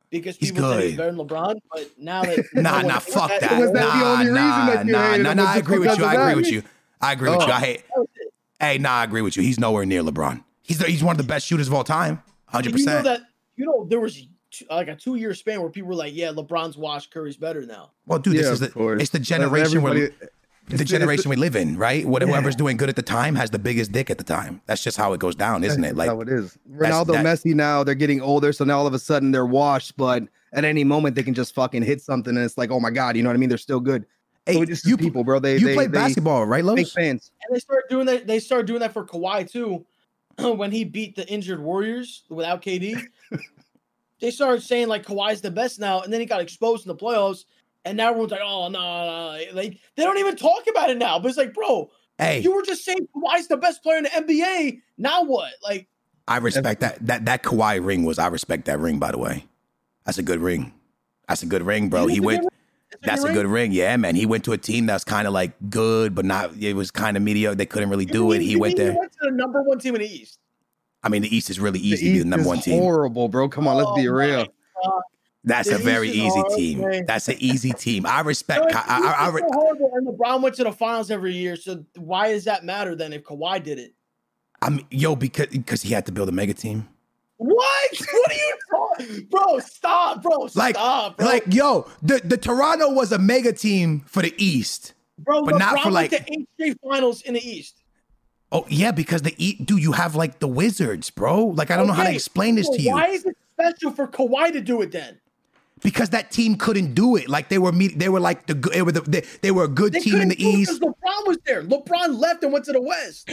because
He's
people said he's
good.
better than LeBron, but now that
Nah,
no one
nah,
thinks
fuck that.
Was that the
nah,
only reason
nah,
that you
nah,
hated
nah,
him
nah,
was
I
just
agree with
because
you.
of
I agree
that?
with you. I agree with
Oh.
you. I hate.
that was it.
Hey, nah, I agree with you. He's nowhere near LeBron. He's the, he's one of the best shooters of all time. Hundred
Did you know
percent.
that you know there was two, like a two year span where people were like, yeah, LeBron's washed, Curry's better now.
Well, dude,
Yeah,
this is
of
the
course.
it's the
That's
generation where
everybody-
the generation we live in, right? What, Whoever's doing good at the time has the biggest dick at the time. That's just how it goes down, isn't it?
That's how
Like,
it is.
that's-
Ronaldo,
that-
Messi now they're getting older, so now all of a sudden they're washed. But at any moment they can just fucking hit something, and it's like, oh my god, you know what I mean? They're still good.
hey,
so it's just
you,
people, bro. They
you
they,
play
they
basketball, right,
Fake
Los?
fans.
And they started doing that. They started doing that for Kawhi too, when he beat the injured Warriors without KD. they started saying like Kawhi's the best now, and then he got exposed in the playoffs, and now everyone's like, oh no, no, no," like they don't even talk about it now. But it's like, bro,
Hey,
you were just saying Kawhi's the best player in the NBA. Now what? Like,
I respect that. That that Kawhi ring was. I respect that ring, by the way. That's a good ring. That's a good ring, bro.
think
He
it's a
went.
good is it
That's
your
a
ring?
good ring. Yeah, man. He went to a team that's kind of like good, but not. It was kind of mediocre. They couldn't really
You
do it.
mean-
He
you
went
mean
there.
He went to the number one team in the East.
I mean, the East is really
The
easy to be the
East
number
is
one team.
Horrible, bro. Come on, let's be
Oh my
real.
That's
The
a very
East is
easy
hard,
team.
man.
That's an easy team. I
No,
respect.
it's-
Ka- I, I, I,
it's
re-
so horrible, and LeBron went to the finals every year. So why does that matter then if Kawhi did it?
I'm yo because because he had to build a mega team.
What? What are you talking, bro? Stop, bro.
Like,
stop, bro.
like yo, the the Toronto was a mega team for the East.
bro,
but not
LeBron
for, like-
went to eight straight finals in the East.
Oh yeah, because the E dude, you have like the Wizards, bro. Like I don't know how to
Okay,
explain this
so
to you
Why is it special for Kawhi to do it then?
because that team couldn't do it. Like they were me, they were like the good- they were the, they, they were a good
They
team in
couldn't
the
do it 'cause
East.
LeBron was there. LeBron left and went to the West.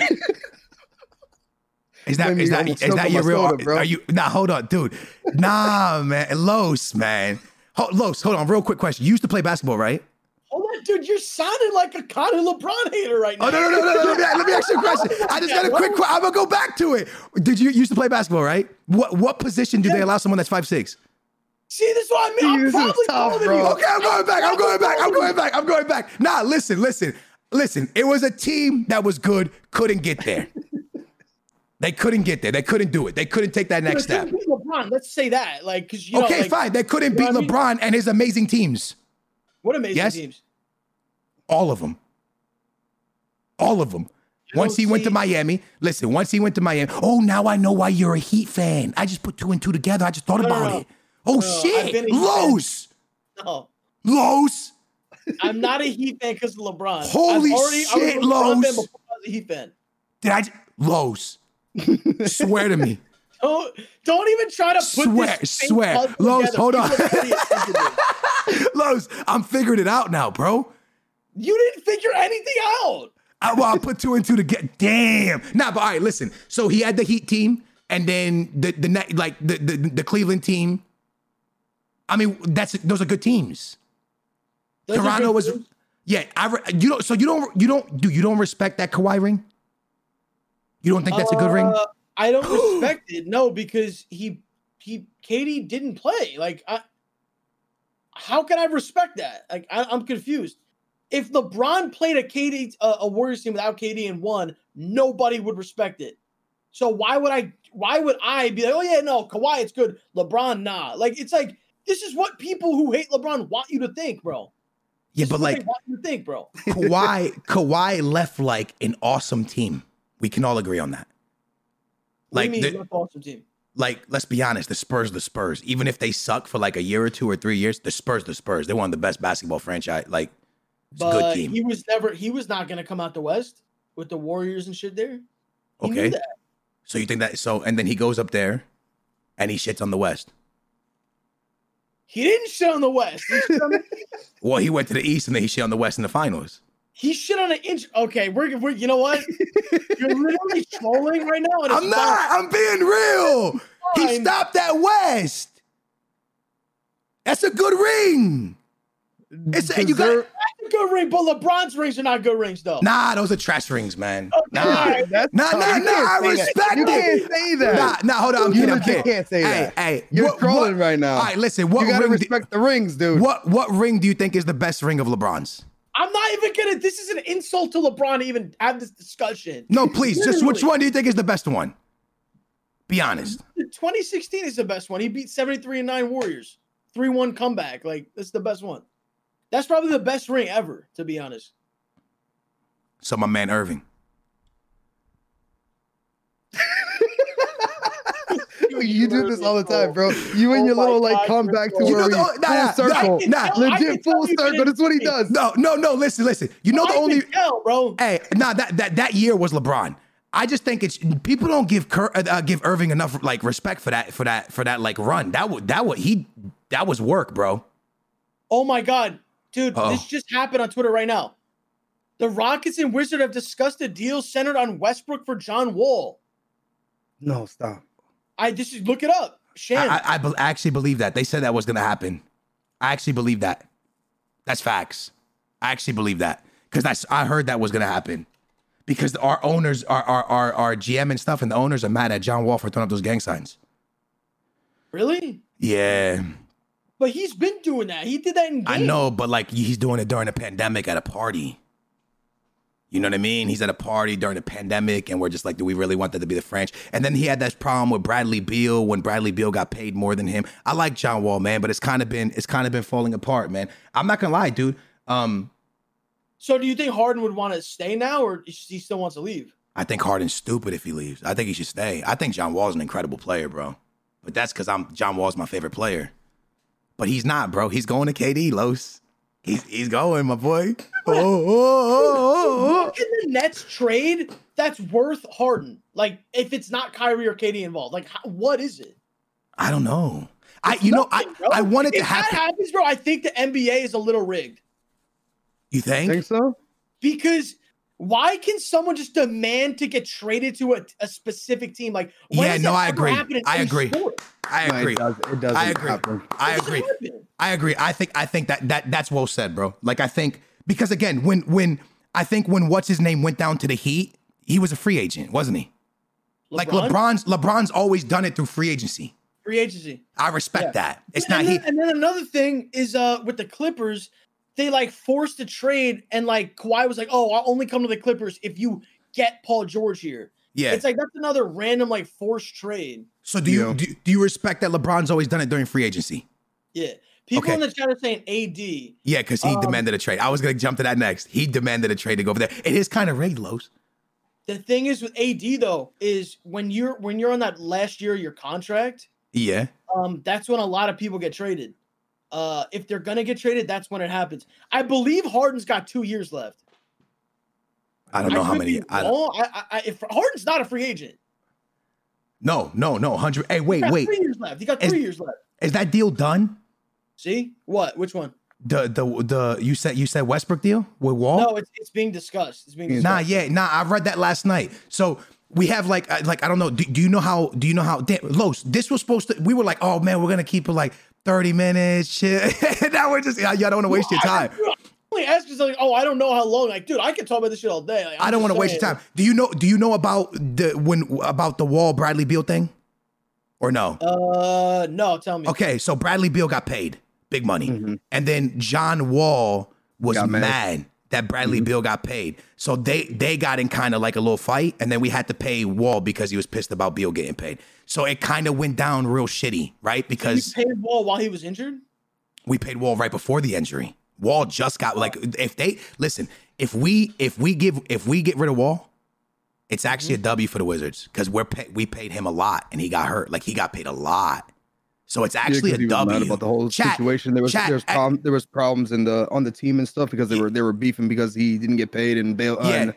Is that
Made
is
me
that
almost
is
choke
that
on
your
my
real?
soda, bro.
are you nah? Hold on, dude. Nah, man, Los, man. Hold, Los, hold on, real quick question. You used to play basketball, right?
Hold on, dude. You're sounding like a Connor LeBron hater right now.
Oh no, no, no, no, no. Let me, let me ask you a question. I just got a quick. que- I'm gonna go back to it. Did you, you used to play basketball, right? What what position do they allow someone that's five six?
See, this is what I mean.
This is
I'm probably
tough,
older than
bro.
you.
Okay, I'm going back. I'm going back. I'm going back. I'm going back. Nah, listen, listen, listen. It was a team that was good, couldn't get there. They couldn't get there. They couldn't do it. They couldn't take that next
If you
step.
beat LeBron, let's say that. Like, because you know,
Okay,
like,
fine. They couldn't
know
beat
what I mean?
LeBron and his amazing teams.
What amazing
Yes.
teams.
All of them. All of them. Once he went to
see-
Miami, listen, once he went to Miami, oh, now I know why you're a Heat fan. I just put two and two together. I just thought
No, no,
about
no.
it. Oh,
I've been
shit.
a Heat fan.
Los.
No,
Los.
I'm not a Heat fan because of LeBron.
Holy
i already, I was
shit,
a LeBron fan
Los.
before I was a Heat fan.
Did I? j- Los. Swear to me.
Don't don't even try to put
Swear,
this fake
swear.
puzzle
Los,
together.
hold on.
People are idiots.
Los, I'm figuring it out now, bro.
you didn't figure anything out.
I, well, I put two and two together. Damn. Nah, but all right, listen. So he had the Heat team, and then the the ne- like the, the the Cleveland team. I mean, that's those are good teams.
Those are
Toronto
good
was,
teams.
yeah. I re- you don't. So you don't. You don't. Do you don't respect that Kawhi ring? You don't think that's a good ring?
Uh, I don't respect it. No, because he he Katie didn't play. Like I how can I respect that? Like I, I'm confused. If LeBron played a KD a, a Warriors team without KD and won, nobody would respect it. So why would I? Why would I be like, oh yeah, no, Kawhi, it's good. LeBron, nah. Like it's like this is what people who hate LeBron want you to think, bro.
Yeah,
This
but
is what they
like
want you to think, bro.
Kawhi, Kawhi left like an awesome team. We can all agree on that. Like
Like mean,
the-
left awesome team.
like let's be honest, the Spurs, the Spurs, even if they suck for like a year or two or three years, the Spurs, the Spurs, they're one of the best basketball franchise. Like, it's a good
But
team.
he was never. He was not going to come out the West with the Warriors and shit there. He knew
Okay.
that.
so you think that? So and then he goes up there, and he shits on the West.
He didn't shit on the West. He shit on,
Well, he went to the East, and then he shit on the West in the finals.
he shit on an inch. Okay, we're, we're you know what? You're literally trolling right now. and it's
I'm not. I'm being real. He
Fine.
stopped at West. That's a good ring. It's a, you got
fine. good ring, but LeBron's rings are not good rings though.
nah. Those are trash rings, man. Nah,
Alright,
That's
nah,
tough.
nah,
You
nah.
can't
I
say that.
respect
You
it.
can't say that.
Nah, nah, hold on. I'm
You
kidding. I'm
legit
kidding.
can't say
hey,
that.
Hey,
You're
what-
trolling
what-
right now.
All right, listen. What
you gotta
ring? di-
respect the rings, dude.
what what ring do you think is the best ring of LeBron's?
I'm not even gonna. This is an insult to LeBron to even have this discussion.
No, please. just which
Literally.
one do you think is the best one? Be honest.
2016 is the best one. He beat 73 and nine Warriors, three one comeback. Like that's the best one. That's probably the best ring ever, to be honest.
So my man Irving.
You- you do this all the time, bro. You and your
my
little like
God,
come
you're
back to
so-
You know
where we
the- nah, nah, nah,
full circle,
nah. I can
legit
tell
full
you
circle.
didn't
That's what he
see.
does.
No, no, no. Listen, listen. You know
I
the
can
only
tell, bro.
hey, nah, that that that year was LeBron. I just think it's people don't give Cur, uh, give Irving enough like respect for that for that for that like run. That would that would he that was work, bro.
Oh my god, dude,
Uh-oh.
this just happened on Twitter right now. The Rockets and Wizard have discussed a deal centered on Westbrook for John Wall.
No, stop.
I this is look it up. Sham.
I, I, I be- I actually believe that. They said that was going to happen. I actually believe that. That's facts. I actually believe that because that's I heard that was going to happen because our owners, our, our our our GM and stuff, and the owners are mad at John Wall for throwing up those gang signs.
really?
Yeah,
But he's been doing that. He did that in games.
I know, but like he's doing it during a pandemic at a party. You know what I mean? He's at a party during the pandemic, and we're just like, do we really want that to be the French? And then he had that problem with Bradley Beal when Bradley Beal got paid more than him. I like John Wall, man, but it's kind of been it's kind of been falling apart, man. I'm not gonna lie, dude. Um,
So do you think Harden would want to stay now, or he still wants to leave?
I think Harden's stupid if he leaves. I think he should stay. I think John Wall's an incredible player, bro. But that's because I'm John Wall's my favorite player. But he's not, bro. He's going to KD, Los. He's he's going, my boy. Oh, oh, oh, oh, oh.
Look at the Nets trade that's worth Harden. Like if it's not Kyrie or Katie involved, like how, what is it?
I don't know. I you know I
Nothing, bro.
I wanted
if
to happen.
That happens, bro. I think the NBA is a little rigged.
you think?
Think so?
Because why can someone just demand to get traded to a, a specific team? Like, when
Yeah,
does
no,
that
I
ever
agree.
happen in
I
any
agree.
sport?
I
No,
agree.
it does. It doesn't
I agree.
happen.
I
It doesn't
agree.
happen.
I agree. I think I think that that that's well said, bro. Like I think because again, when when I think when what's his name went down to the Heat, he was a free agent, wasn't he? Like LeBron's LeBron's always done it through free agency.
free agency.
I respect that. It's not
and,
he.
then, and then another thing is uh with the Clippers, they like forced the trade, and like Kawhi was like, "Oh, I'll only come to the Clippers if you get Paul George here."
Yeah.
It's like that's another random like forced trade.
so do you
Yeah.
do, do you respect that LeBron's always done it during free agency?
Yeah, people
Okay.
in the chat are saying AD.
Yeah, because he demanded a trade. I was gonna jump to that next. He demanded a trade to go over there. It is kind of rigged, Los.
The thing is with AD though is when you're when you're on that last year of your contract,
Yeah.
um, that's when a lot of people get traded. Uh, if they're gonna get traded, that's when it happens. I believe Harden's got two years left.
I don't know how
could
many.
be
I,
wrong. I, I, I, if Harden's not a free agent,
no, no, no. Hundred. Hey,
he
wait,
got
wait.
three years left. He got
Is-
three years left.
Is that deal done?
See what? Which one?
The the the you said you said Westbrook deal with Wall?
No, it's, it's being discussed. It's being discussed.
Nah, yeah, nah. I read that last night. So we have like, uh, like I don't know. Do, do you know how? Do you know how? Damn, Los, this was supposed to. We were like, oh man, we're gonna keep it like thirty minutes. Shit. now we're just. Y'all don't want to waste your time.
Only ask yourself, like, oh, I don't know how long. Like, dude, I could talk about this shit all day. Like, I'm
I don't
just
want to waste your
saying.
time. Do you know? Do you know about the when about the Wall Bradley Beal thing, or no?
Uh, no, tell me.
Okay, so Bradley Beal got paid big money, and then John Wall was
Got
mad.
mad.
that Bradley Beal got paid. So they they got in kind of like a little fight, and then we had to pay Wall because he was pissed about Beal getting paid. So it kind of went down real shitty, right?
You
Because
paid Wall while he was injured.
we paid Wall right before the injury. Wall just got like if they listen, if we if we give if we get rid of Wall, it's actually
Mm-hmm.
a W for the Wizards because we're pay, we paid him a lot and he got hurt. Like he got paid a lot. So it's actually
'cause he
a
was mad
W.
about the whole
Chat,
situation. There was
chat, eh,
there was,
I-
problem, there was problems in the on the team and stuff because they were they were beefing because he didn't get paid and bail.
Yeah.
uh, and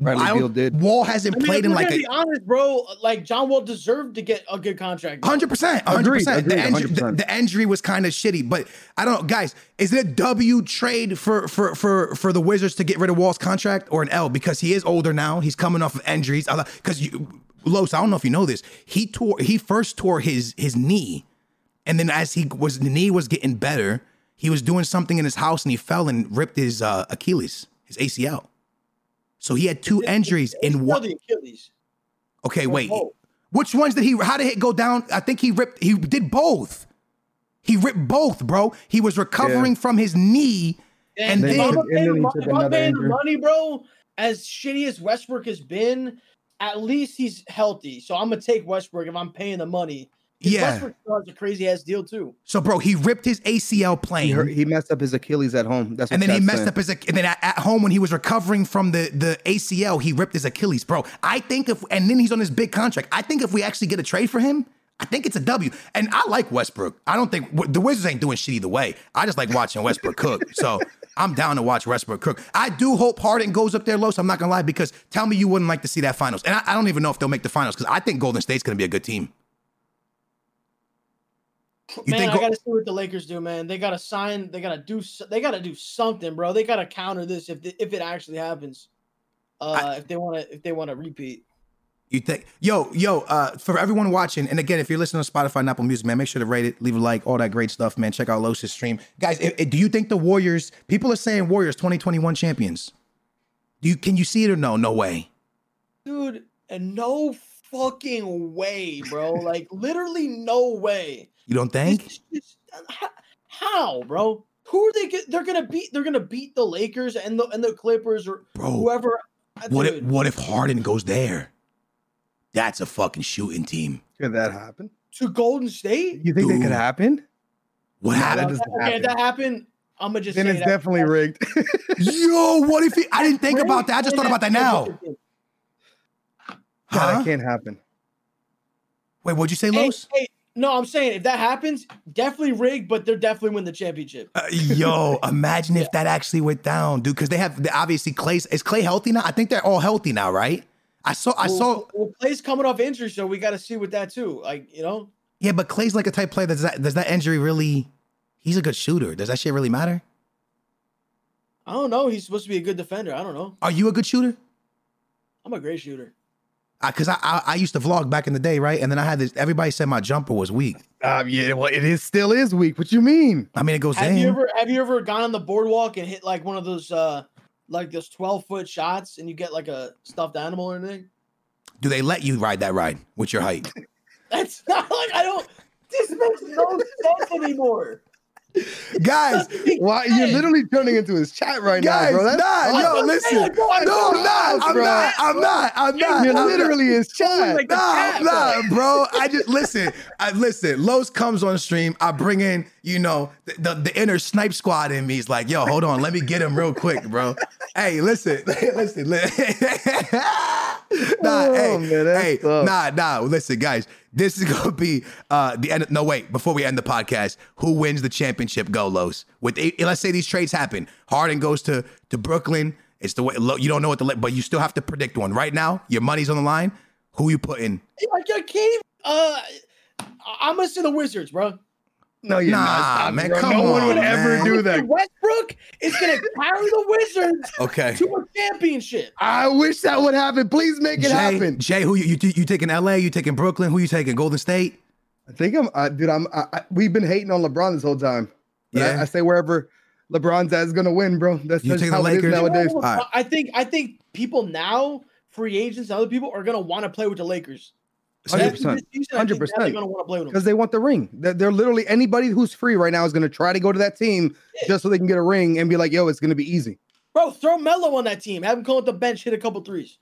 Bradley
I don't-
Beal did.
Wall hasn't
I mean,
played
if
in
we're
like
gonna
a
be honest, bro. Like John Wall deserved to get a good contract. bro.
hundred percent, hundred percent. The
Agreed, agreed,
injury, the,
100%.
the injury was kind of shitty, but I don't. know. Guys, is it a W trade for for for for the Wizards to get rid of Wall's contract or an L because he is older now? He's coming off of injuries. Because you, Los, I don't know if you know this. He tore. He first tore his his knee, and then as he was the knee was getting better, he was doing something in his house and he fell and ripped his uh, Achilles, his ACL. So he had two injuries
He
in
tore
one.
the Achilles.
Okay, wait.
both.
Which ones did he? How did it go down? I think he ripped. He did both. He ripped both, bro. He was recovering from his knee, and then,
Then he
if I'm
took- and then
paying
he
mo-
took
if I'm
another
paying the
injury.
money, bro, as shitty as Westbrook has been, at least he's healthy. So I'm gonna take Westbrook if I'm paying the money. 'Cause
Yeah.
Westbrook still has a crazy ass deal too.
so bro, he ripped his ACL
He,
playing,
hurt, he messed up his Achilles at home. That's what
and then he
Chad's
messed
saying.
up his. Ach- And then at, at home when he was recovering from the the ACL, he ripped his Achilles, bro. I think if and then he's on his big contract. I think if we actually get a trade for him. I think it's a W, and I like Westbrook. I don't think the Wizards ain't doing shit either way. I just like watching Westbrook cook, so I'm down to watch Westbrook cook. I do hope Harden goes up there low. So I'm not gonna lie because tell me you wouldn't like to see that finals, and I, I don't even know if they'll make the finals because I think Golden State's gonna be a good team. You
man,
think
I
Go-
gotta see what the Lakers do, man. They gotta sign. They gotta do. s- They gotta do something, bro. They gotta counter this if the, if it actually happens. Uh, if they want to, if they want to repeat,
You think, yo, yo, uh, for everyone watching, and again, if you're listening on Spotify and Apple Music, man, make sure to rate it, leave a like, all that great stuff, man. Check out Los's stream, guys. i- i- do you think the Warriors? People are saying Warriors 2021 champions. Do you can you see it or no? No way.
dude. And no fucking way, bro. like literally no way.
You don't think?
This is just- uh, h- how, bro? Who are they? Get, they're gonna beat. They're gonna beat the Lakers and the and the Clippers or
Bro,
whoever. uh,
What if
dude,
What if Harden goes there? That's a fucking shooting team.
Could that happen?
to Golden State?
You think that
Dude.
could happen?
What
that
happened?
doesn't
okay, if that happened, I'm gonna just
Then
say
it's
that-
definitely rigged.
Yo, what if he? I didn't think
Really?
about that. I just
Say
thought about that now.
God, that
Huh?
can't happen.
Wait, what'd you say,
Hey,
Los?
hey, no, I'm saying if that happens, definitely rigged, but they're definitely win the championship.
Uh, yo, imagine if that actually went down, dude. Because they have they obviously Clay's is Clay healthy now. I think they're all healthy now, right? I saw, I saw,
well, well, Clay's coming off injury, so we got to see with that too. Like you know,
yeah. But Clay's like a type player. Does that does that injury really? He's a good shooter. Does that shit really matter?
I don't know. He's supposed to be a good defender. I don't know.
Are you a good shooter?
I'm a great shooter.
because Uh, I, I I used to vlog back in the day, right? And then I had this. Everybody said my jumper was weak.
Uh, yeah, well, it is still is weak. What you mean?
I mean, it goes
Have you
in.
ever have you ever gone on the boardwalk and hit like one of those uh like those twelve foot shots and you get like a stuffed animal or anything?
Do they let you ride that ride with your height?
That's not like I don't. This makes no sense anymore.
Guys,
Why you're literally turning into his chat right
guys,
now, bro? That's
nah, yo,
I'm
listen.
saying,
No, I'm not. I'm
bro.
not. I'm not. I'm not.
you're
I'm not.
literally his chat.
like-
Nah,
cat,
nah, bro. I just listen. I listen. Los comes on stream. I bring in, you know, the, the, the inner snipe squad in me. He's like, yo, hold on, let me get him real quick, bro. hey, listen, listen, listen. nah,
Oh,
hey,
man, that's
hey,
tough.
nah, nah. Listen, guys, this is gonna be uh the end. no, wait. Before we end the podcast, who wins the championship? Go Los. With eight, let's say these trades happen. Harden goes to to Brooklyn. It's the way Lo- you don't know what to let, but you still have to predict one right now. Your money's on the line. Who you putting?
I I can't even. Uh, I- I'm gonna say the Wizards, bro.
no, you're
Nah,
not. Stop,
man,
bro.
come
no one would
on, man.
ever do that.
Westbrook is gonna carry the Wizards
Okay.
to a championship.
I wish that would happen. Please make it
Jay,
happen.
Jay, who you, you you taking? L.A. You taking Brooklyn? Who you taking? Golden State?
I think I'm, uh, dude. I'm. I, I, we've been hating on LeBron this whole time. But I-
Yeah.
I, say wherever LeBron's at is gonna win, bro. That's
You
just
take the
how it is
Lakers?
nowadays.
No,
All right.
I think I think people now, free agents, and other people are gonna want to play with the Lakers.
Hundred
After
percent.
this season, I think now
100%.
They're gonna want to play with them.
Because they want the ring. They're, they're literally anybody who's free right now is gonna try to go to that team just so they can get a ring and be like, "Yo, it's gonna be easy."
Bro, throw Melo on that team. Have him come up the bench, hit a couple threes.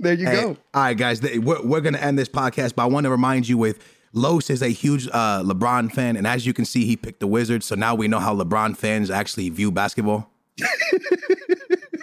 There you
Hey,
go.
All right, guys, th- we're, we're going to end this podcast, but I want to remind you with Los is a huge uh, LeBron fan, and as you can see, he picked the Wizards. So now we know how LeBron fans actually view basketball.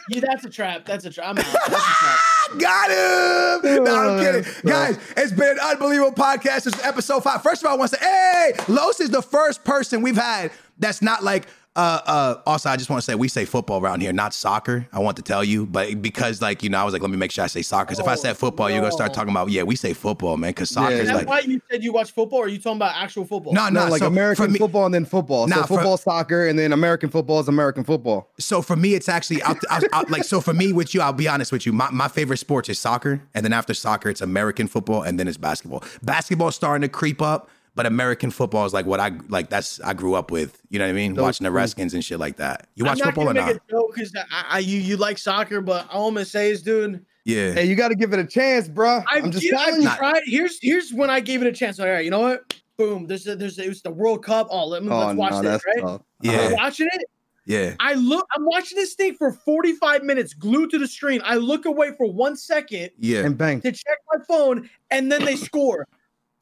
Yeah, that's a trap. That's a trap. I'm out. That's a trap.
Got him! No, I'm
Oh,
kidding.
that's
Guys, it's been an unbelievable podcast. This is episode five. First of all, I want to say, hey, Los is the first person we've had that's not like, uh, uh, also, I just want to say we say football around here, not soccer. I want to tell you, but because like you know, I was like, let me make sure I say soccer. 'Cause if I
Oh,
said football, you're gonna start
no.
talking about yeah, we say football, man, because soccer
Is
is
that
like
why you said you watch football? Or are you talking about actual football?
No, no,
No, like
so
American
for me,
football and then football.
Nah,
so
for-
football, soccer, and then American football is American football.
So for me, it's actually I'll, I'll, I'll- like so for me with you. I'll be honest with you. My, my favorite sports is soccer, and then after soccer, it's American football, and then it's basketball. Basketball's starting to creep up, but American football is like what I like. That's I grew up with. You know what I mean? Watching the Redskins and shit like that. You watch
I'm not
football or
gonna
not?
make a joke because I, I you you like soccer, but all I'm gonna say is, dude,
yeah.
Hey, you got to give it a chance, bro.
I've,
I'm just
gi-
telling
I've
you.
tried. Here's here's when I gave it a chance. All right, you know what? Boom. There's a, there's a, it was the World Cup. Oh, let me
Oh
let's watch
no,
this.
that's
Right?
tough.
yeah,
I'm watching it.
yeah,
I look. I'm watching this thing for 45 minutes, glued to the screen. I look away for one second
yeah.
And bang.
to check my phone, and then they score.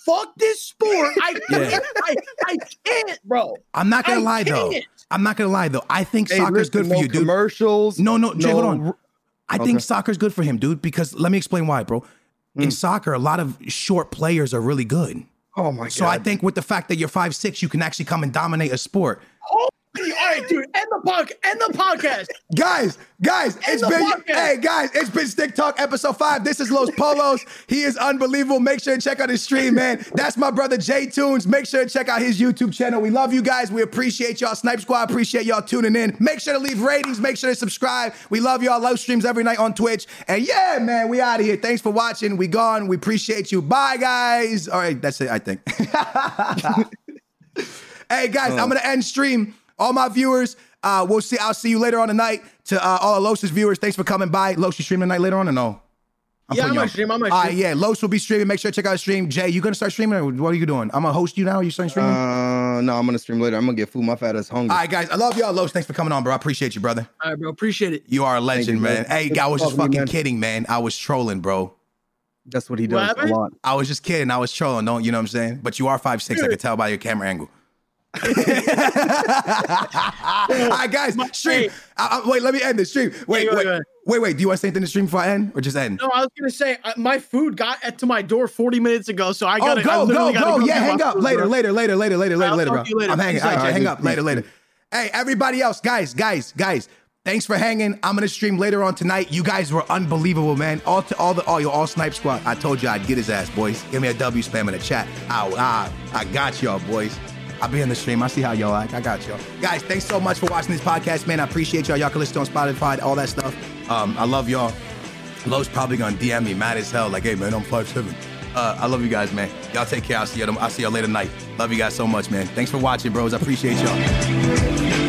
Fuck this sport. I can't.
Yeah.
I, I can't, bro.
I'm not gonna
I
lie though.
can't.
I'm not gonna lie though. I think
Hey,
soccer's
listen,
good for
no
you, dude.
Commercials.
No, no, Jay, hold
no-
on. I think
Okay. Mm.
soccer's good for him, dude. Because let me explain why, bro. In soccer, a lot of short players are really good.
Oh my god.
So I think with the fact that you're five six, you can actually come and dominate a sport.
All right, dude. End the podcast. End the podcast.
Guys, guys, it's
the
been
podcast.
hey guys, it's been Stick Talk episode five. This is Los Polos. he is unbelievable. Make sure and check out his stream, man. That's my brother Jay Tunes. Make sure and check out his YouTube channel. We love you guys. We appreciate y'all. Snipe Squad, appreciate y'all tuning in. Make sure to leave ratings. Make sure to subscribe. We love y'all. Live streams every night on Twitch. And yeah, man, we out of here. Thanks for watching. We gone. We appreciate you. Bye, guys. All right, that's it. I think. Hey guys,
Oh.
I'm gonna end stream. All my viewers, uh, we'll see. I'll see you later on tonight. To uh, all of Los's viewers, thanks for coming by. Los, you streaming tonight later on or no?
Yeah,
putting you
I'm gonna
on.
stream. I'm gonna
All
stream.
right, yeah. Los will be streaming. Make sure to check out his stream. Jay, you gonna start streaming? Or what are you doing? I'm gonna host you now. Are you starting streaming?
Uh, no, I'm gonna stream later. I'm gonna get food. My fat is hungry.
all right, guys. I love y'all, Los. Thanks for coming on, bro. I appreciate you, brother.
All right, bro. Appreciate it.
You are a legend,
you,
man.
man.
Hey,
Good
I was just
talking to you,
fucking
man.
kidding, man. I was trolling, bro.
That's what he
What
does a
happened?
lot.
I was just kidding. I was trolling. Don't you know what I'm saying? But you are five six. I could tell by your camera angle. All right, guys, stream. I, I- wait, let me end this stream. Wait,
Yeah, go
wait,
ahead.
wait, wait. Do you want to say anything to stream before I end, or just end?
No, I was gonna say uh, my food got at to my door 40 minutes ago, so I
oh,
gotta I
go,
literally
go,
gotta
go.
get
Yeah,
my
hang up.
food,
Later,
bro.
later, later, later, later, later,
I'll
later, bro.
talk to you later.
I'm hanging.
Peace
All right,
out.
Jay, hang
All
up.
right,
Later, later. Hey, everybody else, guys, guys, guys. Thanks for hanging. I'm gonna stream later on tonight. You guys were unbelievable, man. All to all the all your all snipe squad. I told you I'd get his ass, boys. Give me a W spam in the chat. I I, I got y'all, boys. I'll be in the stream. I see how y'all like. I got y'all. Guys, thanks so much for watching this podcast, man. I appreciate y'all. Y'all can listen on Spotify, all that stuff. Um, I love y'all. Lowe's probably gonna DM me mad as hell, like, hey man, I'm 5'7. Uh, I love you guys, man. Y'all take care. I'll see y'all, I'll see y'all later tonight. Love you guys so much, man. Thanks for watching, bros. I appreciate y'all.